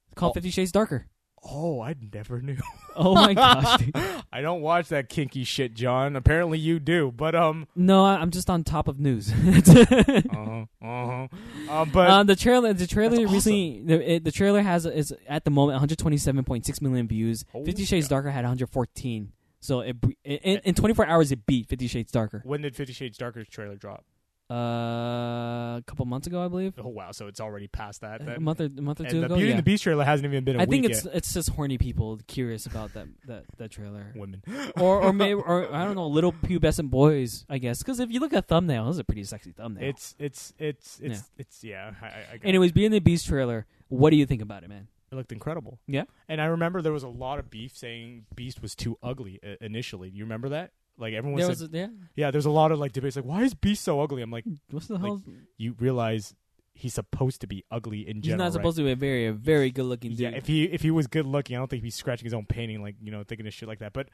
[SPEAKER 1] it's called
[SPEAKER 2] Oh. [LAUGHS]
[SPEAKER 1] Fifty Shades Darker.
[SPEAKER 2] Oh, I never knew.
[SPEAKER 1] Oh my gosh.
[SPEAKER 2] [LAUGHS]
[SPEAKER 1] dude.
[SPEAKER 2] I don't watch that kinky shit, John. Apparently you do,
[SPEAKER 1] [LAUGHS]
[SPEAKER 2] but um,
[SPEAKER 1] No, I- I'm just on top of news. [LAUGHS]
[SPEAKER 2] uh-huh, uh-huh. Uh, but
[SPEAKER 1] um, the trailer, the trailer
[SPEAKER 2] That's awesome.
[SPEAKER 1] recently, the, it, the trailer has is at the moment 127.6 million views.
[SPEAKER 2] Holy
[SPEAKER 1] Fifty Shades
[SPEAKER 2] cow.
[SPEAKER 1] Darker had 114. So it, bre- in, in- in 24 hours, it beat Fifty Shades Darker.
[SPEAKER 2] when did Fifty Shades Darker's trailer drop?
[SPEAKER 1] Uh, a couple months ago, I believe.
[SPEAKER 2] Oh wow, so it's already past that.
[SPEAKER 1] A
[SPEAKER 2] That-
[SPEAKER 1] month or a month or
[SPEAKER 2] and
[SPEAKER 1] two
[SPEAKER 2] the
[SPEAKER 1] ago.
[SPEAKER 2] Beauty
[SPEAKER 1] yeah.
[SPEAKER 2] and the Beast trailer hasn't even been. a
[SPEAKER 1] I think
[SPEAKER 2] week
[SPEAKER 1] it's it's just horny people curious about that that, that trailer.
[SPEAKER 2] yet. women.
[SPEAKER 1] [LAUGHS] or or maybe or I don't know, little pubescent boys, I guess. Because if you look at thumbnail, it's a pretty sexy thumbnail.
[SPEAKER 2] It's it's it's it's it's yeah. I, I, I got it.
[SPEAKER 1] Anyways, being the Beast trailer, what do you think about it, man?
[SPEAKER 2] It looked incredible.
[SPEAKER 1] Yeah.
[SPEAKER 2] And I remember there was a lot of beef saying Beast was too ugly uh, initially. Do you remember that? Like everyone
[SPEAKER 1] There
[SPEAKER 2] said,
[SPEAKER 1] was a, yeah.
[SPEAKER 2] yeah. There's a lot of like debates like, why is Beast so ugly? I'm like,
[SPEAKER 1] What's the hell?
[SPEAKER 2] you realize he's supposed to be ugly in
[SPEAKER 1] He's
[SPEAKER 2] general.
[SPEAKER 1] not supposed to be a very a very good looking
[SPEAKER 2] right?
[SPEAKER 1] dude.
[SPEAKER 2] Yeah. If he if he was good looking, I don't think he'd be scratching his own painting like you know thinking of shit like that. But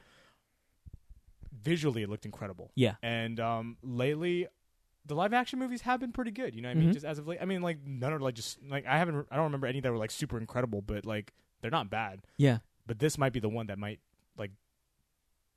[SPEAKER 2] visually, it looked incredible.
[SPEAKER 1] Yeah.
[SPEAKER 2] And um, lately. The live action movies have been pretty good, you know. What I mean,
[SPEAKER 1] Mhm.
[SPEAKER 2] just as of late, I mean, like none are like just like I haven't, I don't remember any that were like super incredible, but like they're not bad.
[SPEAKER 1] yeah.
[SPEAKER 2] but this might be the one that might like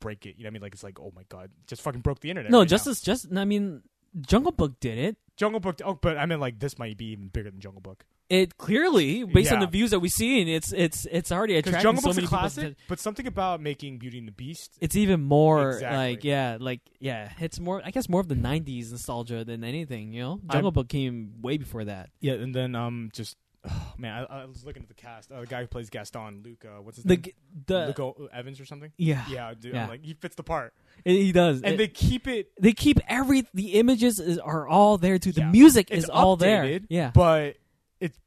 [SPEAKER 2] break it. You know what I mean? Like it's like, oh my god, just fucking broke the internet.
[SPEAKER 1] No,
[SPEAKER 2] right now.
[SPEAKER 1] Justice, just I mean, Jungle Book did it.
[SPEAKER 2] Jungle Book. Oh, but I mean, like this might be even bigger than Jungle Book
[SPEAKER 1] It clearly, based on
[SPEAKER 2] Yeah.
[SPEAKER 1] the views that we've seen, it's it's it's already
[SPEAKER 2] because
[SPEAKER 1] attracting
[SPEAKER 2] Jungle
[SPEAKER 1] so
[SPEAKER 2] Book's
[SPEAKER 1] many
[SPEAKER 2] a
[SPEAKER 1] people's
[SPEAKER 2] classic.
[SPEAKER 1] attention.
[SPEAKER 2] But something about making Beauty and the Beast.
[SPEAKER 1] It's even more
[SPEAKER 2] Exactly.
[SPEAKER 1] like yeah, like yeah. It's more I guess more of the '90s nostalgia than anything. You know,
[SPEAKER 2] I'm-
[SPEAKER 1] Jungle Book came way before that.
[SPEAKER 2] Yeah, and then um, just oh, man, I, I was looking at the cast. Uh, the guy who plays Gaston, Luke. Uh, what's his
[SPEAKER 1] The
[SPEAKER 2] name?
[SPEAKER 1] g- the
[SPEAKER 2] Luke o- Evans
[SPEAKER 1] [SIGHS]
[SPEAKER 2] or something.
[SPEAKER 1] yeah,
[SPEAKER 2] Yeah, dude,
[SPEAKER 1] Yeah.
[SPEAKER 2] I'm like he fits the part,
[SPEAKER 1] It- he does.
[SPEAKER 2] and
[SPEAKER 1] It-
[SPEAKER 2] they keep it.
[SPEAKER 1] they keep every the images is, are all there too. The
[SPEAKER 2] Yeah.
[SPEAKER 1] music
[SPEAKER 2] It's
[SPEAKER 1] is all there.
[SPEAKER 2] updated,
[SPEAKER 1] Yeah,
[SPEAKER 2] but it's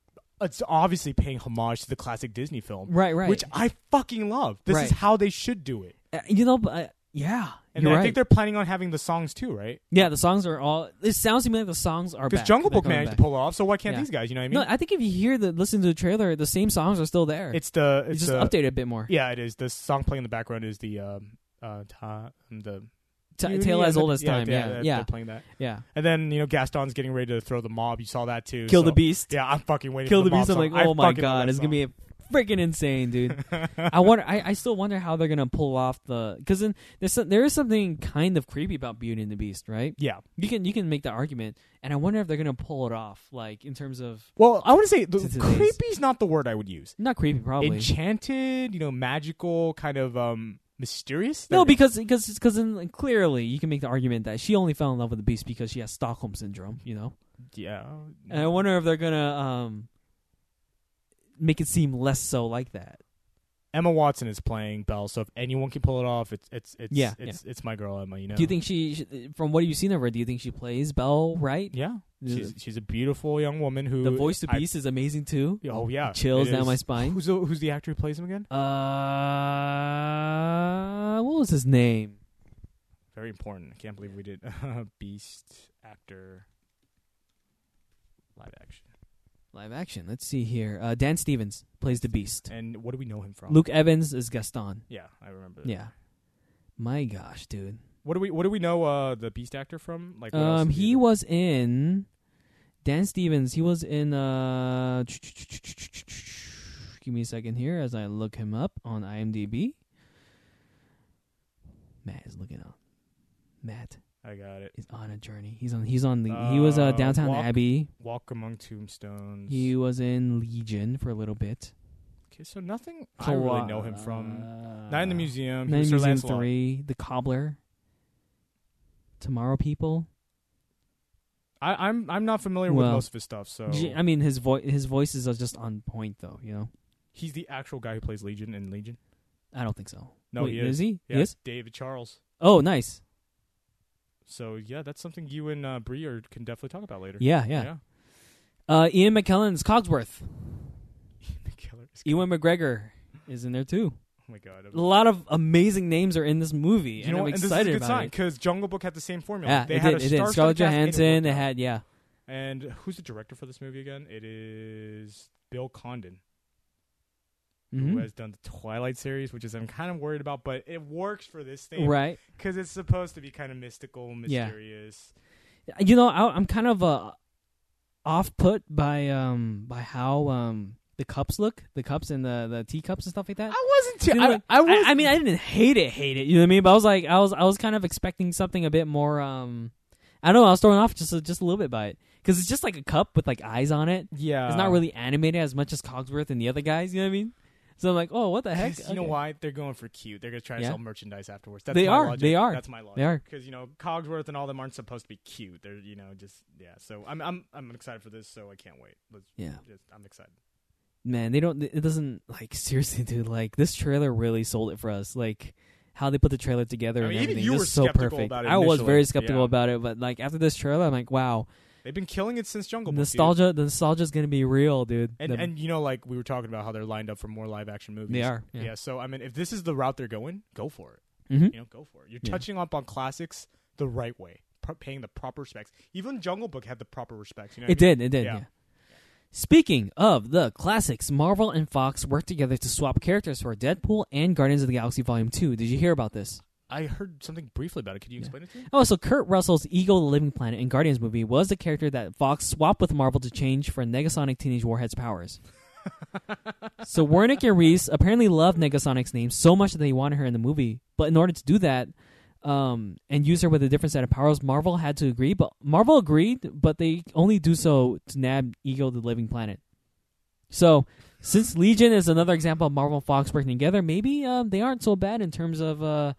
[SPEAKER 2] it's obviously paying homage to the classic Disney film,
[SPEAKER 1] right, right.
[SPEAKER 2] which I fucking love. This
[SPEAKER 1] Right.
[SPEAKER 2] is how they should do it.
[SPEAKER 1] Uh, you know, but, uh, yeah,
[SPEAKER 2] And
[SPEAKER 1] you're
[SPEAKER 2] I
[SPEAKER 1] right.
[SPEAKER 2] think they're planning on having the songs too, right?
[SPEAKER 1] yeah, the songs are all. It sounds to me like the songs are
[SPEAKER 2] Because
[SPEAKER 1] because
[SPEAKER 2] Jungle Book managed to pull it off, so why can't
[SPEAKER 1] Yeah.
[SPEAKER 2] these guys? You know what I mean?
[SPEAKER 1] No, I think if you hear the listen to the trailer, the same songs are still there.
[SPEAKER 2] it's the
[SPEAKER 1] It's
[SPEAKER 2] it's
[SPEAKER 1] just
[SPEAKER 2] the,
[SPEAKER 1] updated a bit more.
[SPEAKER 2] yeah, it is. The song playing in the background is the um, uh, ta, the
[SPEAKER 1] T- Tale as old as
[SPEAKER 2] yeah,
[SPEAKER 1] time.
[SPEAKER 2] they're-
[SPEAKER 1] Yeah,
[SPEAKER 2] they're
[SPEAKER 1] yeah,
[SPEAKER 2] playing that.
[SPEAKER 1] yeah.
[SPEAKER 2] And then you know Gaston's getting ready to throw the mob. You saw that too.
[SPEAKER 1] Kill
[SPEAKER 2] so-
[SPEAKER 1] the beast.
[SPEAKER 2] Yeah, I'm fucking waiting.
[SPEAKER 1] Kill
[SPEAKER 2] for
[SPEAKER 1] the
[SPEAKER 2] mob
[SPEAKER 1] beast. I'm
[SPEAKER 2] song.
[SPEAKER 1] like,
[SPEAKER 2] I
[SPEAKER 1] oh my
[SPEAKER 2] fucking love
[SPEAKER 1] god,
[SPEAKER 2] that
[SPEAKER 1] it's gonna be a freaking insane, dude.
[SPEAKER 2] [LAUGHS] song.
[SPEAKER 1] I wonder. I, I still wonder how they're gonna pull off the because then there's some, there is something kind of creepy about Beauty and the Beast, right?
[SPEAKER 2] yeah.
[SPEAKER 1] You can you can make the argument, and I wonder if they're gonna pull it off. Like in terms of
[SPEAKER 2] Well, I want to say
[SPEAKER 1] Since
[SPEAKER 2] the,
[SPEAKER 1] it is-
[SPEAKER 2] creepy's not the word I would use.
[SPEAKER 1] not creepy, probably
[SPEAKER 2] Enchanted, you know, magical, kind of um mysterious.
[SPEAKER 1] no,
[SPEAKER 2] There we go.
[SPEAKER 1] because because because then clearly you can make the argument that she only fell in love with the beast because she has Stockholm syndrome, you know.
[SPEAKER 2] yeah.
[SPEAKER 1] And I wonder if they're gonna um make it seem less so like that.
[SPEAKER 2] Emma Watson is playing Belle, so if anyone can pull it off, it's it's it's
[SPEAKER 1] Yeah,
[SPEAKER 2] it's, it's my girl Emma. You know.
[SPEAKER 1] Do you think she, she- from what you've seen of her, do you think she plays Belle right?
[SPEAKER 2] Yeah, she's she's a beautiful young woman who
[SPEAKER 1] the voice to
[SPEAKER 2] I-
[SPEAKER 1] Beast is amazing too.
[SPEAKER 2] oh yeah,
[SPEAKER 1] Chills
[SPEAKER 2] it
[SPEAKER 1] down
[SPEAKER 2] is.
[SPEAKER 1] my spine.
[SPEAKER 2] Who's the, who's the actor who plays him again?
[SPEAKER 1] Uh, what was his name?
[SPEAKER 2] Very important. I can't believe we did [LAUGHS] Beast actor live action.
[SPEAKER 1] Live action. Let's see here. Uh, Dan Stevens plays the Beast.
[SPEAKER 2] And what do we know him from?
[SPEAKER 1] Luke Evans is Gaston.
[SPEAKER 2] Yeah, I remember. that.
[SPEAKER 1] Yeah. My gosh, dude.
[SPEAKER 2] What do we What do we know uh, the Beast actor from? Like, what else
[SPEAKER 1] Um,
[SPEAKER 2] did
[SPEAKER 1] he
[SPEAKER 2] do?
[SPEAKER 1] was in Dan Stevens. He was in. Uh, give me a second here as I look him up on IMDb. Matt is looking up. Matt
[SPEAKER 2] I got it.
[SPEAKER 1] is on a journey. He's on. He's on the. he was uh,
[SPEAKER 2] Uh,
[SPEAKER 1] downtown
[SPEAKER 2] Walk-
[SPEAKER 1] Abbey.
[SPEAKER 2] Walk among tombstones.
[SPEAKER 1] He was in Legion for a little bit.
[SPEAKER 2] okay, so nothing. I really know him from. Night in the Museum.
[SPEAKER 1] Night Uh, in
[SPEAKER 2] he was
[SPEAKER 1] the
[SPEAKER 2] Sir
[SPEAKER 1] Museum
[SPEAKER 2] Lancelot.
[SPEAKER 1] Three. The Cobbler. Tomorrow People.
[SPEAKER 2] I, I'm I'm not familiar with
[SPEAKER 1] Well,
[SPEAKER 2] most of his stuff, so
[SPEAKER 1] J- I mean, his voice. His voices are just on point, though. You know.
[SPEAKER 2] he's the actual guy who plays Legion in Legion.
[SPEAKER 1] I don't think so.
[SPEAKER 2] No,
[SPEAKER 1] Wait,
[SPEAKER 2] he
[SPEAKER 1] is.
[SPEAKER 2] is.
[SPEAKER 1] he?
[SPEAKER 2] Yeah,
[SPEAKER 1] He is?
[SPEAKER 2] David Charles.
[SPEAKER 1] Oh, nice.
[SPEAKER 2] So yeah, that's something you and uh, Bree are, can definitely talk about later.
[SPEAKER 1] Yeah, yeah. Uh, Ian McKellen's Cogsworth.
[SPEAKER 2] [LAUGHS] The killer is-
[SPEAKER 1] Ewan McGregor is in there too.
[SPEAKER 2] Oh my god.
[SPEAKER 1] A lot of amazing names are in this movie,
[SPEAKER 2] you
[SPEAKER 1] and
[SPEAKER 2] know
[SPEAKER 1] I'm
[SPEAKER 2] what? And this is a
[SPEAKER 1] excited
[SPEAKER 2] good
[SPEAKER 1] about
[SPEAKER 2] sign
[SPEAKER 1] it.
[SPEAKER 2] because Jungle Book had the same formula.
[SPEAKER 1] Yeah,
[SPEAKER 2] they
[SPEAKER 1] it
[SPEAKER 2] had
[SPEAKER 1] did.
[SPEAKER 2] a
[SPEAKER 1] It did. Scarlett
[SPEAKER 2] star-studded cast, and it
[SPEAKER 1] Johansson. They
[SPEAKER 2] worked out.
[SPEAKER 1] had yeah.
[SPEAKER 2] And who's the director for this movie again? It is Bill Condon, who
[SPEAKER 1] Mhm.
[SPEAKER 2] has done the Twilight series, which is I'm kind of worried about, but it works for this thing
[SPEAKER 1] Right.
[SPEAKER 2] because it's supposed to be kind of mystical,
[SPEAKER 1] Yeah.
[SPEAKER 2] mysterious.
[SPEAKER 1] You know, I, I'm kind of uh, off put by um by how um the cups look, the cups and the the teacups and stuff like that.
[SPEAKER 2] I wasn't. T-
[SPEAKER 1] You know,
[SPEAKER 2] I, I was.
[SPEAKER 1] I, mean, I didn't hate it, hate it. You know what I mean? But I was like, I was, I was kind of expecting something a bit more. Um, I don't know. I was thrown off just a, just a little bit by it because it's just like a cup with like eyes on it.
[SPEAKER 2] yeah,
[SPEAKER 1] It's not really animated as much as Cogsworth and the other guys. You know what I mean? So I'm like, oh, what the heck?
[SPEAKER 2] Because [LAUGHS] You know
[SPEAKER 1] Okay.
[SPEAKER 2] why they're going for cute? They're gonna try to
[SPEAKER 1] Yeah.
[SPEAKER 2] sell merchandise afterwards. That's
[SPEAKER 1] They
[SPEAKER 2] my
[SPEAKER 1] are.
[SPEAKER 2] Logic.
[SPEAKER 1] They are.
[SPEAKER 2] That's my logic.
[SPEAKER 1] They are.
[SPEAKER 2] Because you know Cogsworth and all them aren't supposed to be cute. They're you know just yeah. So I'm I'm I'm excited for this. So I can't wait. Let's
[SPEAKER 1] Yeah,
[SPEAKER 2] just I'm excited.
[SPEAKER 1] man. They don't. It doesn't like [LAUGHS] seriously, dude. Like this trailer really sold it for us. Like how they put the trailer together
[SPEAKER 2] I
[SPEAKER 1] and
[SPEAKER 2] mean, even
[SPEAKER 1] everything.
[SPEAKER 2] you
[SPEAKER 1] This
[SPEAKER 2] were
[SPEAKER 1] is so
[SPEAKER 2] skeptical
[SPEAKER 1] perfect.
[SPEAKER 2] about it
[SPEAKER 1] I was
[SPEAKER 2] initially.
[SPEAKER 1] very skeptical
[SPEAKER 2] Yeah.
[SPEAKER 1] about it, but like after this trailer, I'm like, wow,
[SPEAKER 2] They've been killing it since Jungle Book. dude.
[SPEAKER 1] nostalgia. The nostalgia's gonna be real, dude.
[SPEAKER 2] And
[SPEAKER 1] The-
[SPEAKER 2] and you know like we were talking about how they're lined up for more live action movies.
[SPEAKER 1] they are.
[SPEAKER 2] Yeah.
[SPEAKER 1] Yeah.
[SPEAKER 2] So I mean, if this is the route they're going, go for it.
[SPEAKER 1] Mhm.
[SPEAKER 2] You know, go for it. You're
[SPEAKER 1] Yeah.
[SPEAKER 2] touching up on classics the right way, pro- paying the proper respects. Even Jungle Book had the proper respects. You know what
[SPEAKER 1] It
[SPEAKER 2] I mean?
[SPEAKER 1] did. It did.
[SPEAKER 2] Yeah.
[SPEAKER 1] Yeah. Speaking of the classics, Marvel and Fox worked together to swap characters for Deadpool and Guardians of the Galaxy Volume 2. Did you hear about this?
[SPEAKER 2] I heard something briefly about it. Could you explain it to me?
[SPEAKER 1] Oh, so Kurt Russell's Ego the Living Planet in Guardians movie was the character that Fox swapped with Marvel to change for Negasonic Teenage Warhead's powers. so Wernick and Reese apparently loved Negasonic's name so much that they wanted her in the movie. But in order to do that um, and use her with a different set of powers, Marvel had to agree. But Marvel agreed, but they only do so to nab Ego the Living Planet. So since Legion is another example of Marvel and Fox working together, maybe um, they aren't so bad in terms of. Uh,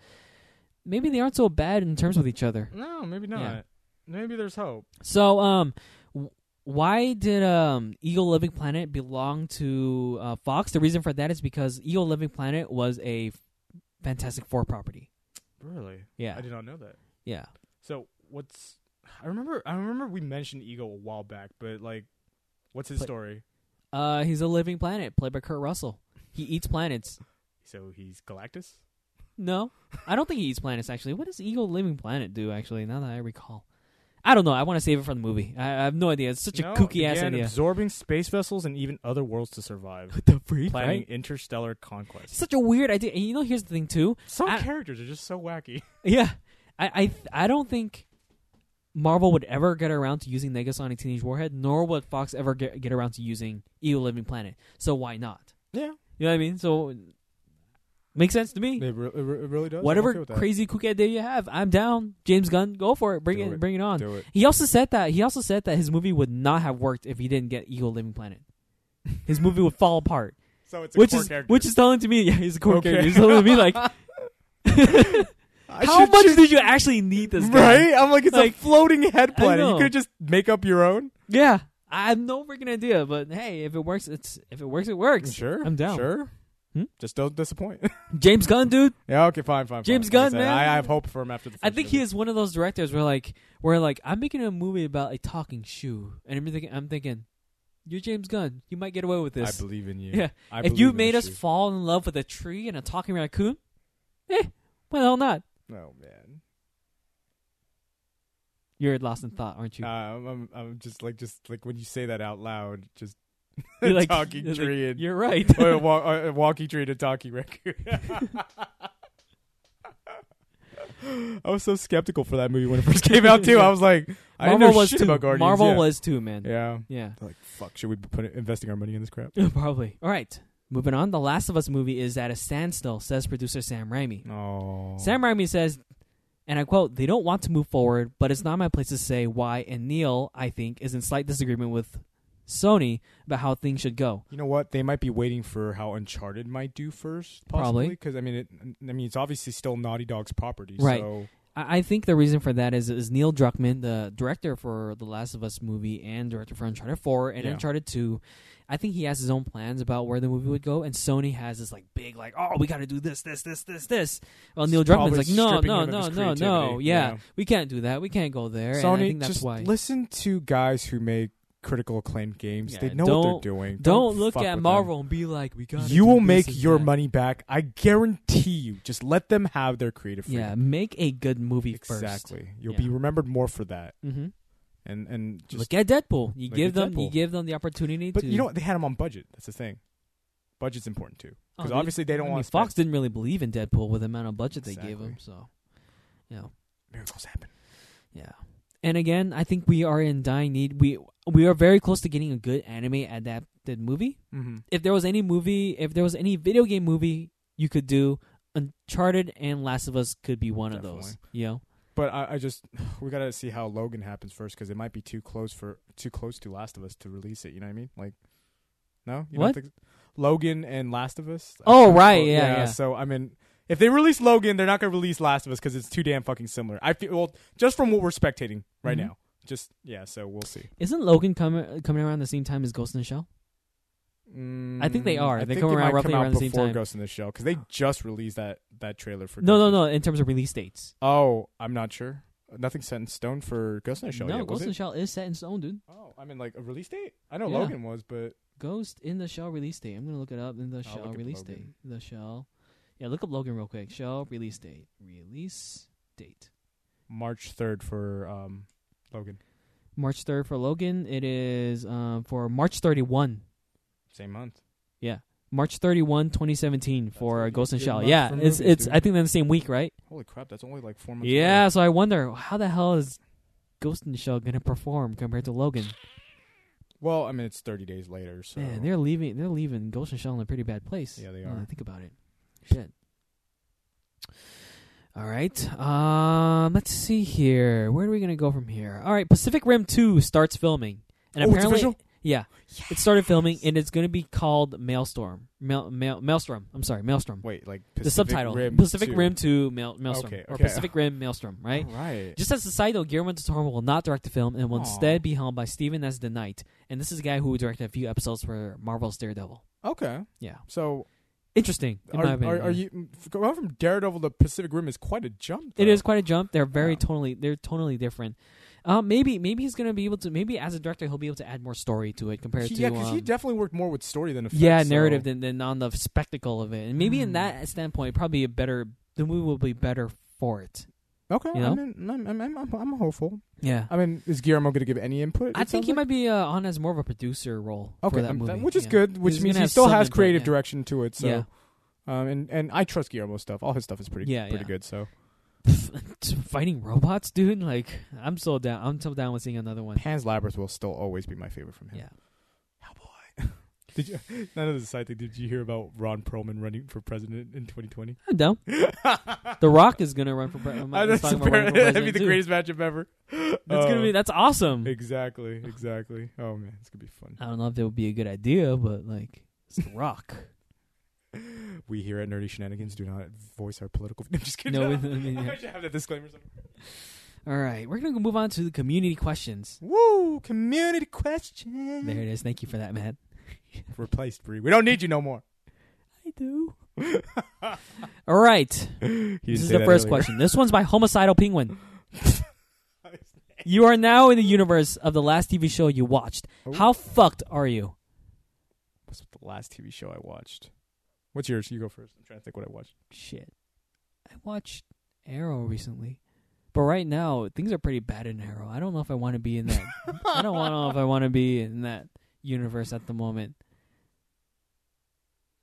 [SPEAKER 1] maybe they aren't so bad in terms with each other.
[SPEAKER 2] No, maybe not.
[SPEAKER 1] Yeah.
[SPEAKER 2] Maybe there's hope.
[SPEAKER 1] So, um, w- why did um Eagle Living Planet belong to uh, Fox? The reason for that is because Eagle Living Planet was a Fantastic Four property.
[SPEAKER 2] Really?
[SPEAKER 1] Yeah,
[SPEAKER 2] I did not know that.
[SPEAKER 1] yeah.
[SPEAKER 2] So what's I remember I remember we mentioned Ego a while back, but like what's his
[SPEAKER 1] But-
[SPEAKER 2] story?
[SPEAKER 1] Uh, he's a living planet played by Kurt Russell. He eats planets.
[SPEAKER 2] So he's Galactus?
[SPEAKER 1] No, I don't think he eats planets. Actually, what does Eagle Living Planet do? Actually, now that I recall, I don't know. I want to save it for the movie. I, I have no idea. It's such
[SPEAKER 2] No,
[SPEAKER 1] a kooky ass
[SPEAKER 2] began
[SPEAKER 1] idea.
[SPEAKER 2] Absorbing space vessels and even other worlds to survive.
[SPEAKER 1] What the freak,
[SPEAKER 2] Planning
[SPEAKER 1] right?
[SPEAKER 2] interstellar conquest.
[SPEAKER 1] Such a weird idea. And you know, here's the thing too.
[SPEAKER 2] Some
[SPEAKER 1] I-
[SPEAKER 2] characters are just so wacky.
[SPEAKER 1] Yeah, I I, th- I don't think Marvel would ever get around to using Negasonic Teenage Warhead, nor would Fox ever get, get around to using Evil Living Planet. So why not?
[SPEAKER 2] Yeah.
[SPEAKER 1] You know what I mean? So makes sense to me.
[SPEAKER 2] [LAUGHS] It, re- it re- it really does. I'm okay
[SPEAKER 1] Whatever
[SPEAKER 2] with that.
[SPEAKER 1] crazy kooky idea you have, I'm down. James Gunn, go for it. Bring
[SPEAKER 2] Do
[SPEAKER 1] it,
[SPEAKER 2] it.
[SPEAKER 1] bring it on.
[SPEAKER 2] Do it.
[SPEAKER 1] He also said that he also said that his movie would not have worked if he didn't get Evil Living Planet. His movie would fall apart
[SPEAKER 2] So [LAUGHS] it's a
[SPEAKER 1] which
[SPEAKER 2] core
[SPEAKER 1] is
[SPEAKER 2] character.
[SPEAKER 1] which is telling to me, yeah, he's a core
[SPEAKER 2] Okay.
[SPEAKER 1] character. He's telling me like,
[SPEAKER 2] [LAUGHS]
[SPEAKER 1] [LAUGHS]
[SPEAKER 2] I
[SPEAKER 1] how
[SPEAKER 2] should
[SPEAKER 1] much
[SPEAKER 2] just-
[SPEAKER 1] did you actually need
[SPEAKER 2] [LAUGHS]
[SPEAKER 1] this guy?
[SPEAKER 2] Right? I'm like it's
[SPEAKER 1] Like,
[SPEAKER 2] a floating head planet. You
[SPEAKER 1] know.
[SPEAKER 2] could just make up your own.
[SPEAKER 1] Yeah, I have no freaking idea, but hey, if it works, it's if it works, it works.
[SPEAKER 2] Sure.
[SPEAKER 1] I'm down.
[SPEAKER 2] Sure.
[SPEAKER 1] Hmm?
[SPEAKER 2] Just don't disappoint. [LAUGHS]
[SPEAKER 1] James Gunn, dude,
[SPEAKER 2] yeah, okay, fine, fine.
[SPEAKER 1] James
[SPEAKER 2] fine. Like I
[SPEAKER 1] Gunn,
[SPEAKER 2] said,
[SPEAKER 1] man.
[SPEAKER 2] I, I have hope for him after the
[SPEAKER 1] I
[SPEAKER 2] first
[SPEAKER 1] think
[SPEAKER 2] movie.
[SPEAKER 1] he is one of those directors where like where like I'm making a movie about a talking shoe, and I'm thinking, I'm thinking, you're James Gunn, you might get away with
[SPEAKER 2] I
[SPEAKER 1] this.
[SPEAKER 2] believe in you.
[SPEAKER 1] Yeah.
[SPEAKER 2] I
[SPEAKER 1] if
[SPEAKER 2] believe
[SPEAKER 1] you
[SPEAKER 2] in
[SPEAKER 1] made
[SPEAKER 2] this
[SPEAKER 1] us
[SPEAKER 2] shit.
[SPEAKER 1] fall in love with a tree and a talking raccoon, eh, why the hell not?
[SPEAKER 2] oh man,
[SPEAKER 1] You're lost in thought, aren't you?
[SPEAKER 2] Uh, I'm, I'm I'm just like just like when you say that out loud, just
[SPEAKER 1] [LAUGHS] [LAUGHS] You're like-
[SPEAKER 2] talking
[SPEAKER 1] you're like,
[SPEAKER 2] tree and
[SPEAKER 1] You're right.
[SPEAKER 2] [LAUGHS] or wa- or walkie tree to talkie record. [LAUGHS] I was so skeptical for that movie when it first came out too. I was like, I didn't
[SPEAKER 1] Marvel
[SPEAKER 2] know
[SPEAKER 1] was
[SPEAKER 2] shit
[SPEAKER 1] too.
[SPEAKER 2] about Guardians.
[SPEAKER 1] Marvel
[SPEAKER 2] yeah.
[SPEAKER 1] was too, man.
[SPEAKER 2] yeah.
[SPEAKER 1] yeah.
[SPEAKER 2] Like fuck, should we be putting investing our money in this
[SPEAKER 1] [LAUGHS]
[SPEAKER 2] crap?
[SPEAKER 1] Probably. All right. Moving on. The Last of Us movie is at a standstill, says producer Sam Raimi.
[SPEAKER 2] Oh,
[SPEAKER 1] Sam Raimi says, and I quote, they don't want to move forward, but it's not my place to say why. And Neil, I think, is in slight disagreement with Sony about how things should go.
[SPEAKER 2] You know what? They might be waiting for how Uncharted might do first, possibly.
[SPEAKER 1] Probably.
[SPEAKER 2] Because I mean, it, I mean, it's obviously still Naughty Dog's property,
[SPEAKER 1] Right.
[SPEAKER 2] So
[SPEAKER 1] I, I think the reason for that is is Neil Druckmann, the director for the Last of Us movie and director for Uncharted Four and
[SPEAKER 2] Yeah.
[SPEAKER 1] Uncharted Two. I think he has his own plans about where the movie would go, and Sony has this like big like, oh, we got to do this, this, this, this, this. Well, Neil
[SPEAKER 2] It's probably
[SPEAKER 1] Druckmann's like, no,
[SPEAKER 2] stripping
[SPEAKER 1] no,
[SPEAKER 2] him of
[SPEAKER 1] no,
[SPEAKER 2] his
[SPEAKER 1] no, no,
[SPEAKER 2] creativity,
[SPEAKER 1] yeah,
[SPEAKER 2] yeah.
[SPEAKER 1] we can't do that. We can't go there. and I
[SPEAKER 2] Sony,
[SPEAKER 1] think that's
[SPEAKER 2] just
[SPEAKER 1] why.
[SPEAKER 2] listen to guys who make critical acclaimed games.
[SPEAKER 1] Yeah,
[SPEAKER 2] they know
[SPEAKER 1] don't-
[SPEAKER 2] what they're doing.
[SPEAKER 1] Don't look
[SPEAKER 2] fuck with
[SPEAKER 1] at
[SPEAKER 2] them.
[SPEAKER 1] Marvel and be like, we got.
[SPEAKER 2] You will make your money back. I guarantee you. Just let them have their creative
[SPEAKER 1] Yeah,
[SPEAKER 2] freedom.
[SPEAKER 1] make a good movie first.
[SPEAKER 2] exactly. You'll
[SPEAKER 1] Yeah.
[SPEAKER 2] be remembered more for that.
[SPEAKER 1] Mm-hmm.
[SPEAKER 2] And and just
[SPEAKER 1] Look at Deadpool. You
[SPEAKER 2] look
[SPEAKER 1] give them,
[SPEAKER 2] at
[SPEAKER 1] you
[SPEAKER 2] Deadpool.
[SPEAKER 1] give them the opportunity
[SPEAKER 2] but
[SPEAKER 1] to.
[SPEAKER 2] you know what? They had them on budget. That's the thing. Budget's important too,
[SPEAKER 1] Oh,
[SPEAKER 2] because
[SPEAKER 1] they-
[SPEAKER 2] obviously they
[SPEAKER 1] I
[SPEAKER 2] don't
[SPEAKER 1] mean,
[SPEAKER 2] want
[SPEAKER 1] Fox didn't really believe in Deadpool with the amount of budget they gave
[SPEAKER 2] Exactly.
[SPEAKER 1] him. So, yeah,
[SPEAKER 2] miracles happen.
[SPEAKER 1] yeah. And again, I think we are in dying need. We we are very close to getting a good anime adapted movie.
[SPEAKER 2] Mm-hmm.
[SPEAKER 1] If there was any movie, if there was any video game movie you could do, Uncharted and Last of Us could be one of those. You know,
[SPEAKER 2] But I, I just [SIGHS] we gotta see how Logan happens first because it might be too close for too close to Last of Us to release it. You know what I mean? Like, no, you
[SPEAKER 1] What?
[SPEAKER 2] Don't think, Logan and Last of Us.
[SPEAKER 1] Oh,
[SPEAKER 2] I think-
[SPEAKER 1] right, yeah, yeah.
[SPEAKER 2] So I mean, if they release Logan, they're not gonna release Last of Us because it's too damn fucking similar. I feel well, just from what we're spectating right
[SPEAKER 1] Mhm.
[SPEAKER 2] now. Just yeah, so we'll see.
[SPEAKER 1] isn't Logan coming coming around the same time as Ghost in the Shell? I think they are.
[SPEAKER 2] Mm, I
[SPEAKER 1] They
[SPEAKER 2] think
[SPEAKER 1] come around
[SPEAKER 2] might
[SPEAKER 1] roughly
[SPEAKER 2] come out
[SPEAKER 1] around the same
[SPEAKER 2] before
[SPEAKER 1] time.
[SPEAKER 2] Ghost in the Shell because they just released that that trailer for
[SPEAKER 1] No,
[SPEAKER 2] Ghost
[SPEAKER 1] no,
[SPEAKER 2] in the
[SPEAKER 1] no. In terms of release dates,
[SPEAKER 2] Oh, I'm not sure. Nothing set in stone for Ghost in the Shell
[SPEAKER 1] no,
[SPEAKER 2] yet,
[SPEAKER 1] Ghost
[SPEAKER 2] was
[SPEAKER 1] in the
[SPEAKER 2] it?
[SPEAKER 1] Shell is set in stone, dude.
[SPEAKER 2] oh, I mean, like a release date. I know
[SPEAKER 1] Yeah.
[SPEAKER 2] Logan was, but
[SPEAKER 1] Ghost in the Shell release date. I'm gonna look it up. In the Shell
[SPEAKER 2] look up
[SPEAKER 1] release date.
[SPEAKER 2] Logan.
[SPEAKER 1] The Shell. Yeah, look up Logan real quick. Shell release date. Release date.
[SPEAKER 2] March third for um, Logan,
[SPEAKER 1] March third for Logan. It is um, for March thirty one.
[SPEAKER 2] same month.
[SPEAKER 1] March 31, 2017
[SPEAKER 2] That's
[SPEAKER 1] for
[SPEAKER 2] gonna be
[SPEAKER 1] Ghost in
[SPEAKER 2] a
[SPEAKER 1] the
[SPEAKER 2] good
[SPEAKER 1] Shell.
[SPEAKER 2] month
[SPEAKER 1] Yeah,
[SPEAKER 2] for
[SPEAKER 1] it's
[SPEAKER 2] movies,
[SPEAKER 1] it's
[SPEAKER 2] dude.
[SPEAKER 1] I think they're in the same week, right?
[SPEAKER 2] Holy crap, that's only like four months.
[SPEAKER 1] Yeah,
[SPEAKER 2] away.
[SPEAKER 1] so I wonder how the hell is Ghost in the Shell going to perform compared to Logan?
[SPEAKER 2] Well, I mean, it's thirty days later, so
[SPEAKER 1] Man, they're leaving they're leaving Ghost in the Shell in a pretty bad place.
[SPEAKER 2] Yeah, they
[SPEAKER 1] now that I
[SPEAKER 2] are.
[SPEAKER 1] think about it. Shit. All right. Um let's see here. Where are we going to go from here? All right, Pacific Rim 2 starts filming. And
[SPEAKER 2] Oh, it's
[SPEAKER 1] apparently
[SPEAKER 2] official?
[SPEAKER 1] Yeah. It started filming and it's going to be called Maelstrom. Mael, Mael, Maelstrom. I'm sorry, Maelstrom.
[SPEAKER 2] wait, like
[SPEAKER 1] the subtitle
[SPEAKER 2] Rim
[SPEAKER 1] Pacific
[SPEAKER 2] 2.
[SPEAKER 1] Rim to Mael- Maelstrom
[SPEAKER 2] Okay,
[SPEAKER 1] or
[SPEAKER 2] okay.
[SPEAKER 1] Pacific Rim Maelstrom, right?
[SPEAKER 2] All right.
[SPEAKER 1] Just as a side note, Guillermo del Toro will not direct the film and will
[SPEAKER 2] Aw.
[SPEAKER 1] instead be helmed by Steven as the Knight, and this is a guy who directed a few episodes for Marvel's Daredevil.
[SPEAKER 2] Okay.
[SPEAKER 1] Yeah.
[SPEAKER 2] So
[SPEAKER 1] Interesting. In
[SPEAKER 2] are,
[SPEAKER 1] my opinion,
[SPEAKER 2] are, are
[SPEAKER 1] yeah.
[SPEAKER 2] you f- going from Daredevil to Pacific Rim is quite a jump.
[SPEAKER 1] It
[SPEAKER 2] though.
[SPEAKER 1] is quite a jump. They're very
[SPEAKER 2] Yeah.
[SPEAKER 1] totally. They're totally different. Uh, maybe maybe he's gonna be able to. Maybe as a director, he'll be able to add more story to it compared
[SPEAKER 2] He-
[SPEAKER 1] to
[SPEAKER 2] yeah, because he
[SPEAKER 1] um,
[SPEAKER 2] definitely worked more with story than effects.
[SPEAKER 1] yeah
[SPEAKER 2] so-
[SPEAKER 1] narrative than, than on the spectacle of it. And maybe in
[SPEAKER 2] Hmm.
[SPEAKER 1] that standpoint, probably a better the movie will be better for it.
[SPEAKER 2] Okay,
[SPEAKER 1] you know?
[SPEAKER 2] I mean, I'm, I'm, I'm, I'm hopeful.
[SPEAKER 1] Yeah.
[SPEAKER 2] I mean, is Guillermo going to give any input?
[SPEAKER 1] I
[SPEAKER 2] Uh, it
[SPEAKER 1] think
[SPEAKER 2] sounds
[SPEAKER 1] he
[SPEAKER 2] like?
[SPEAKER 1] might be uh, on as more of a producer role
[SPEAKER 2] Okay,
[SPEAKER 1] for that
[SPEAKER 2] um,
[SPEAKER 1] movie,
[SPEAKER 2] that- which is
[SPEAKER 1] yeah.
[SPEAKER 2] good. Which
[SPEAKER 1] He's
[SPEAKER 2] means
[SPEAKER 1] gonna
[SPEAKER 2] he
[SPEAKER 1] have
[SPEAKER 2] still
[SPEAKER 1] some
[SPEAKER 2] has
[SPEAKER 1] input,
[SPEAKER 2] creative
[SPEAKER 1] yeah.
[SPEAKER 2] direction to it. So,
[SPEAKER 1] Yeah.
[SPEAKER 2] um, and and I trust Guillermo's stuff. All his stuff is pretty
[SPEAKER 1] Yeah,
[SPEAKER 2] pretty
[SPEAKER 1] yeah.
[SPEAKER 2] good. So,
[SPEAKER 1] [LAUGHS] Fighting robots, dude. Like I'm so down. I'm so down with seeing another one.
[SPEAKER 2] Pan's Labyrinth will still always be my favorite from him.
[SPEAKER 1] Yeah.
[SPEAKER 2] Hellboy. [LAUGHS] Did you? None of the side thing. Did you hear about Ron Perlman running for president in 2020?
[SPEAKER 1] I'm down. the Rock is gonna run for, pre- I'm
[SPEAKER 2] [LAUGHS] I
[SPEAKER 1] talking
[SPEAKER 2] just
[SPEAKER 1] about running for
[SPEAKER 2] apparently-
[SPEAKER 1] president.
[SPEAKER 2] [LAUGHS] That'd be the
[SPEAKER 1] too.
[SPEAKER 2] greatest oh. matchup ever.
[SPEAKER 1] That's gonna be that's awesome.
[SPEAKER 2] Exactly, exactly. Oh man, it's gonna be fun.
[SPEAKER 1] I don't know if that would be a good idea, but like it's the Rock. [LAUGHS]
[SPEAKER 2] We here at Nerdy Shenanigans do not voice our political. [LAUGHS] I'm just kidding.
[SPEAKER 1] No, I mean, yeah.
[SPEAKER 2] I should have that disclaimer somewhere.
[SPEAKER 1] All right, we're gonna move on to the community questions.
[SPEAKER 2] Woo! Community question.
[SPEAKER 1] There it is. Thank you for that, Matt.
[SPEAKER 2] Replaced Bree. We don't need you
[SPEAKER 1] [LAUGHS]
[SPEAKER 2] no more. [LAUGHS]
[SPEAKER 1] I do. All right, this is the first question. This one's by Homicidal Penguin.
[SPEAKER 2] [LAUGHS]
[SPEAKER 1] You are now in the universe of the last TV show you watched.
[SPEAKER 2] Oh.
[SPEAKER 1] How fucked are you?
[SPEAKER 2] What's the last TV show I watched? What's yours? You go first. I'm trying to think what I watched.
[SPEAKER 1] [LAUGHS] Shit. I watched Arrow recently. But right now, things are pretty bad in Arrow. I don't know if I want to be in that. I
[SPEAKER 2] [LAUGHS]
[SPEAKER 1] don't wanna know if I want to be in that universe at the moment.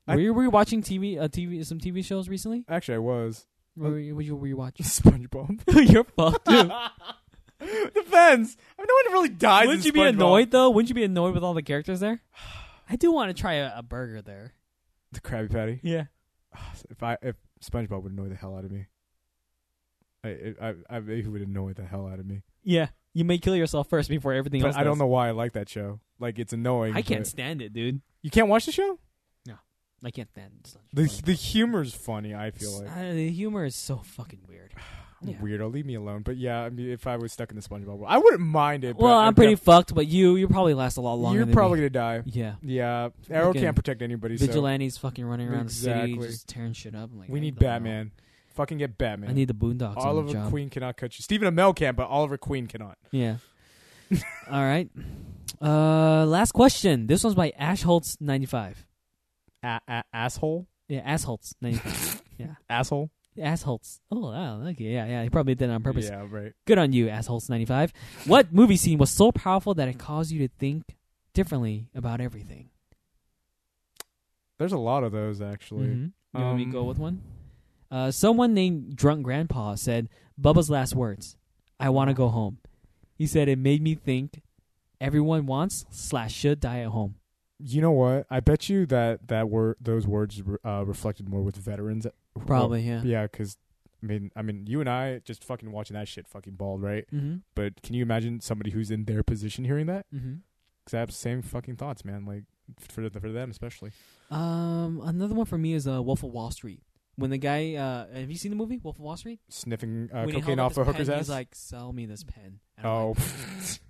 [SPEAKER 2] I-
[SPEAKER 1] were, you, were you watching TV, uh, TV, some TV shows recently?
[SPEAKER 2] Actually, I was
[SPEAKER 1] Were you, were you, were you [LAUGHS] watching?
[SPEAKER 2] SpongeBob. [LAUGHS]
[SPEAKER 1] You're fucked, dude. [LAUGHS]
[SPEAKER 2] Depends. I mean, no one really dies.
[SPEAKER 1] Wouldn't
[SPEAKER 2] in
[SPEAKER 1] you be
[SPEAKER 2] SpongeBob.
[SPEAKER 1] annoyed though? Wouldn't you be annoyed with all the characters [SIGHS] there? I do want to try a, a burger there.
[SPEAKER 2] The Krabby Patty.
[SPEAKER 1] Yeah.
[SPEAKER 2] If I if SpongeBob would annoy the hell out of me. I I I, I he would annoy the hell out of me.
[SPEAKER 1] Yeah, you may kill yourself first before everything
[SPEAKER 2] But
[SPEAKER 1] else.
[SPEAKER 2] I don't
[SPEAKER 1] does.
[SPEAKER 2] know why I like that show. Like it's annoying.
[SPEAKER 1] I can't
[SPEAKER 2] but-
[SPEAKER 1] stand it, dude.
[SPEAKER 2] You can't watch the show.
[SPEAKER 1] I can't stand it. It's not
[SPEAKER 2] The
[SPEAKER 1] funny.
[SPEAKER 2] the humor's funny. I feel like.
[SPEAKER 1] Uh, the humor is so fucking weird.
[SPEAKER 2] I'm a
[SPEAKER 1] Yeah.
[SPEAKER 2] weirdo. Leave me alone. But yeah, I mean, if I was stuck in the SpongeBob world, I wouldn't mind [SIGHS] it.
[SPEAKER 1] Well,
[SPEAKER 2] but
[SPEAKER 1] I'm
[SPEAKER 2] I'd
[SPEAKER 1] pretty
[SPEAKER 2] def-
[SPEAKER 1] fucked, but you you probably last a lot longer.
[SPEAKER 2] You're
[SPEAKER 1] than
[SPEAKER 2] probably
[SPEAKER 1] me.
[SPEAKER 2] gonna die.
[SPEAKER 1] yeah.
[SPEAKER 2] Yeah, Arrow
[SPEAKER 1] Again,
[SPEAKER 2] can't protect anybody.
[SPEAKER 1] Vigilantes fucking running around the
[SPEAKER 2] Exactly.
[SPEAKER 1] city, just tearing shit up. I'm like,
[SPEAKER 2] so we
[SPEAKER 1] I
[SPEAKER 2] need
[SPEAKER 1] don't know.
[SPEAKER 2] Batman. Fucking get Batman.
[SPEAKER 1] I need the Boondocks. on the
[SPEAKER 2] Oliver
[SPEAKER 1] job.
[SPEAKER 2] Queen cannot cut you. Stephen Amell can, but Oliver Queen cannot. [LAUGHS]
[SPEAKER 1] Yeah. All right. Uh, last question. This one's by Ash Holtz ninety five.
[SPEAKER 2] A- a- asshole.
[SPEAKER 1] Yeah, Ash Holtz
[SPEAKER 2] [LAUGHS]
[SPEAKER 1] ninety five.
[SPEAKER 2] Asshole.
[SPEAKER 1] Ash Holtz. Oh wow. Okay. Yeah. Yeah. He probably did it on purpose.
[SPEAKER 2] Yeah, right.
[SPEAKER 1] Good on you, assholes95. What movie scene was so powerful that it caused you to think differently about everything?
[SPEAKER 2] There's a lot of those actually.
[SPEAKER 1] Mhm. You want me to
[SPEAKER 2] Um,
[SPEAKER 1] go with one? Uh, someone named Drunk Grandpa said Bubba's last words I want to go home. He said it made me think everyone wants slash should die at home.
[SPEAKER 2] You know what? I bet you that that word, those words, uh, reflected more with veterans. who-
[SPEAKER 1] Probably, yeah.
[SPEAKER 2] yeah, because I mean, I mean, you and I just fucking watching that shit, fucking bald, right?
[SPEAKER 1] Mm-hmm.
[SPEAKER 2] But can you imagine somebody who's in their position hearing that?
[SPEAKER 1] Mm-hmm.
[SPEAKER 2] Because I have the same fucking thoughts, man. Like for the, for them especially.
[SPEAKER 1] Um, another one for me is uh, Wolf of Wall Street. When the guy, uh, have you seen the movie Wolf of Wall Street?
[SPEAKER 2] Sniffing uh,
[SPEAKER 1] when he
[SPEAKER 2] cocaine
[SPEAKER 1] held up his
[SPEAKER 2] off a
[SPEAKER 1] pen,
[SPEAKER 2] hooker's ass.
[SPEAKER 1] He's like, "Sell me this pen." And I'm
[SPEAKER 2] oh,
[SPEAKER 1] like,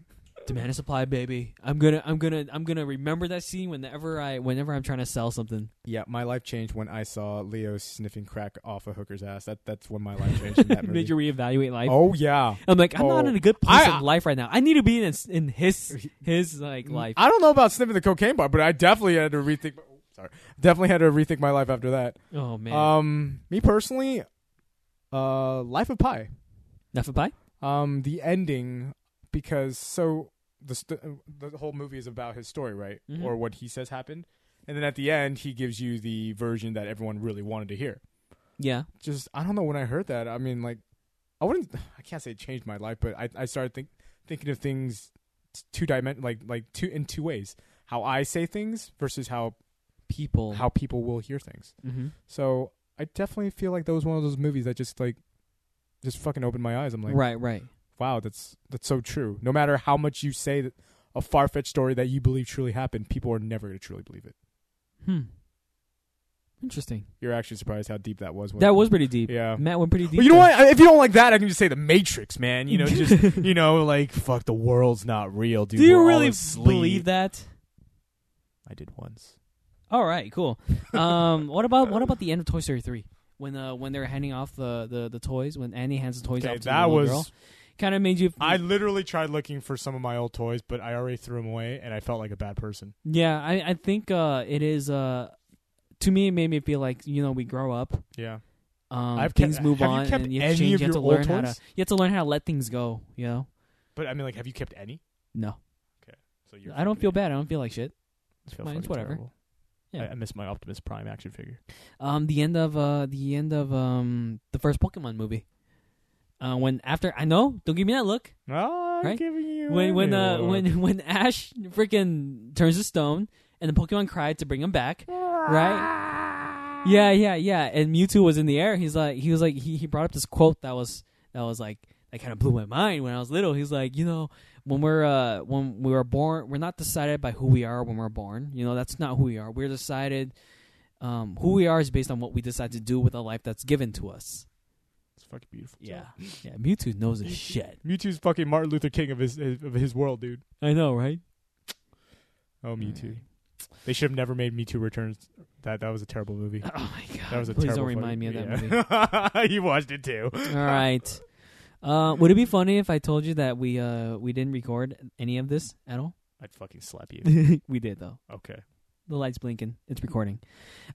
[SPEAKER 1] demand and supply, baby. I'm gonna, I'm gonna, I'm gonna remember that scene whenever I, whenever I'm trying to sell something.
[SPEAKER 2] [LAUGHS] yeah. My life changed when I saw Leo sniffing crack off a hooker's ass. That that's when my life changed.
[SPEAKER 1] [LAUGHS]
[SPEAKER 2] In that movie.
[SPEAKER 1] Made you reevaluate life.
[SPEAKER 2] oh yeah.
[SPEAKER 1] I'm like, I'm not
[SPEAKER 2] Oh.
[SPEAKER 1] in a good place
[SPEAKER 2] I- Mm.
[SPEAKER 1] in life right now. I need to be in in his his like life.
[SPEAKER 2] I don't know about sniffing the cocaine bar, but I definitely had to rethink. oh, Sorry, definitely had to rethink my life after that.
[SPEAKER 1] Oh man,
[SPEAKER 2] Um, me personally, uh, Life of Pi.
[SPEAKER 1] enough of pie.
[SPEAKER 2] Um, the ending because so the st- the whole movie is about his story, right,
[SPEAKER 1] Mhm.
[SPEAKER 2] or what he says happened, and then at the end he gives you the version that everyone really wanted to hear.
[SPEAKER 1] Yeah,
[SPEAKER 2] Just I don't know when I heard that. I mean, like, I wouldn't. I can't say it changed my life, but I I started think thinking of things two dimension, like like two in two ways. How I say things versus how
[SPEAKER 1] people.
[SPEAKER 2] how people will hear things.
[SPEAKER 1] hmm
[SPEAKER 2] So I definitely feel like that was one of those movies that just like just fucking opened my eyes. I'm like,
[SPEAKER 1] right, right.
[SPEAKER 2] wow, that's that's so true. No matter how much you say that a far fetched story that you believe truly happened, people are never going to truly believe it.
[SPEAKER 1] Hmm. Interesting.
[SPEAKER 2] You're actually surprised how deep that was.
[SPEAKER 1] That was pretty deep.
[SPEAKER 2] yeah.
[SPEAKER 1] Matt went pretty deep.
[SPEAKER 2] But you know
[SPEAKER 1] there.
[SPEAKER 2] what? I- If you don't like that, I can just say the Matrix,
[SPEAKER 1] [LAUGHS]
[SPEAKER 2] man. You know, just you know, like fuck, the world's not real, dude.
[SPEAKER 1] Do you
[SPEAKER 2] We're all
[SPEAKER 1] really
[SPEAKER 2] asleep.
[SPEAKER 1] believe that?
[SPEAKER 2] I did once.
[SPEAKER 1] All right, cool. Um, what about what about the end of Toy Story three? When uh, when they were handing off the, the, the toys, when Annie hands the toys
[SPEAKER 2] Okay,
[SPEAKER 1] off to the
[SPEAKER 2] that
[SPEAKER 1] little
[SPEAKER 2] was.
[SPEAKER 1] girl, kind of made you.
[SPEAKER 2] I literally tried looking for some of my old toys, but I already threw them away, and I felt like a bad person.
[SPEAKER 1] yeah, I I think uh, it is. Uh, to me, it made me feel like you know we grow up.
[SPEAKER 2] Yeah.
[SPEAKER 1] Um,
[SPEAKER 2] I've kept-
[SPEAKER 1] things move
[SPEAKER 2] have you
[SPEAKER 1] on,
[SPEAKER 2] kept
[SPEAKER 1] and you have
[SPEAKER 2] any
[SPEAKER 1] to change.
[SPEAKER 2] of
[SPEAKER 1] You have to
[SPEAKER 2] your old
[SPEAKER 1] learn how to.
[SPEAKER 2] toys?
[SPEAKER 1] You have to learn how to let things go. You know,
[SPEAKER 2] But I mean, like, have you kept any?
[SPEAKER 1] no,
[SPEAKER 2] So you're
[SPEAKER 1] I don't
[SPEAKER 2] fucking
[SPEAKER 1] feel
[SPEAKER 2] it.
[SPEAKER 1] bad. I don't feel like shit.
[SPEAKER 2] It's
[SPEAKER 1] fine, it's whatever. Yeah.
[SPEAKER 2] I, I miss my Optimus Prime action figure.
[SPEAKER 1] Um, the end of uh, the end of um, the first Pokemon movie. Uh, when after I know, don't give me that look.
[SPEAKER 2] Oh,
[SPEAKER 1] Right?
[SPEAKER 2] giving you
[SPEAKER 1] when when uh when [LAUGHS] when Ash freaking turns to stone and the Pokemon cried to bring him back, right? Yeah, yeah, yeah. And Mewtwo was in the air. He's like, he was like, he, he brought up this quote that was that was like that kind of blew my mind when I was little. He's like, you know, when we're uh when we were born, we're not decided by who we are when we're born. You know, that's not who we are. We're decided. Um, who we are is based on what we decide to do with the life that's given to us.
[SPEAKER 2] it's fucking beautiful.
[SPEAKER 1] yeah. Mewtwo knows his shit.
[SPEAKER 2] Mewtwo's fucking Martin Luther King of his of his world, dude.
[SPEAKER 1] I know, right?
[SPEAKER 2] Oh, Mewtwo. They should have never made Mewtwo Returns. That that was a terrible movie. [LAUGHS]
[SPEAKER 1] Oh my god!
[SPEAKER 2] That was a
[SPEAKER 1] Please
[SPEAKER 2] terrible
[SPEAKER 1] don't remind me
[SPEAKER 2] fucking-
[SPEAKER 1] of that
[SPEAKER 2] yeah. [LAUGHS]
[SPEAKER 1] movie.
[SPEAKER 2] you watched it too.
[SPEAKER 1] All
[SPEAKER 2] [LAUGHS]
[SPEAKER 1] right. Uh, would it be funny if I told you that we uh we didn't record any of this at all?
[SPEAKER 2] I'd fucking slap you.
[SPEAKER 1] [LAUGHS] we did though.
[SPEAKER 2] Okay.
[SPEAKER 1] The lights blinking. It's recording.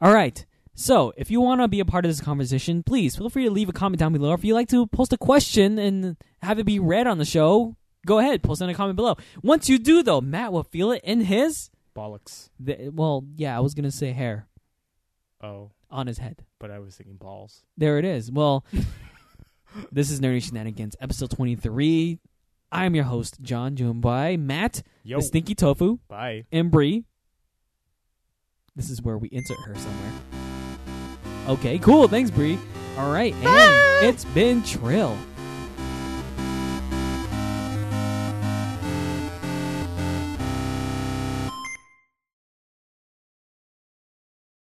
[SPEAKER 1] All right. So if you want to be a part of this conversation, please feel free to leave a comment down below. If you like to post a question and have it be read on the show, go ahead. Post in a comment below. Once you do though, Matt will feel it in his.
[SPEAKER 2] Bollocks.
[SPEAKER 1] The, well, yeah, I was gonna say hair
[SPEAKER 2] Oh,
[SPEAKER 1] on his head.
[SPEAKER 2] but I was thinking balls.
[SPEAKER 1] There it is.
[SPEAKER 2] [LAUGHS]
[SPEAKER 1] Well, this is Nerdy Shenanigans, episode 23. I'm your host, John, joined by Matt,
[SPEAKER 2] Yo.
[SPEAKER 1] the Stinky Tofu,
[SPEAKER 2] Bye.
[SPEAKER 1] and Bree. This is where we insert her somewhere. Okay, cool. Thanks, Bree. All right, and it's been Trill.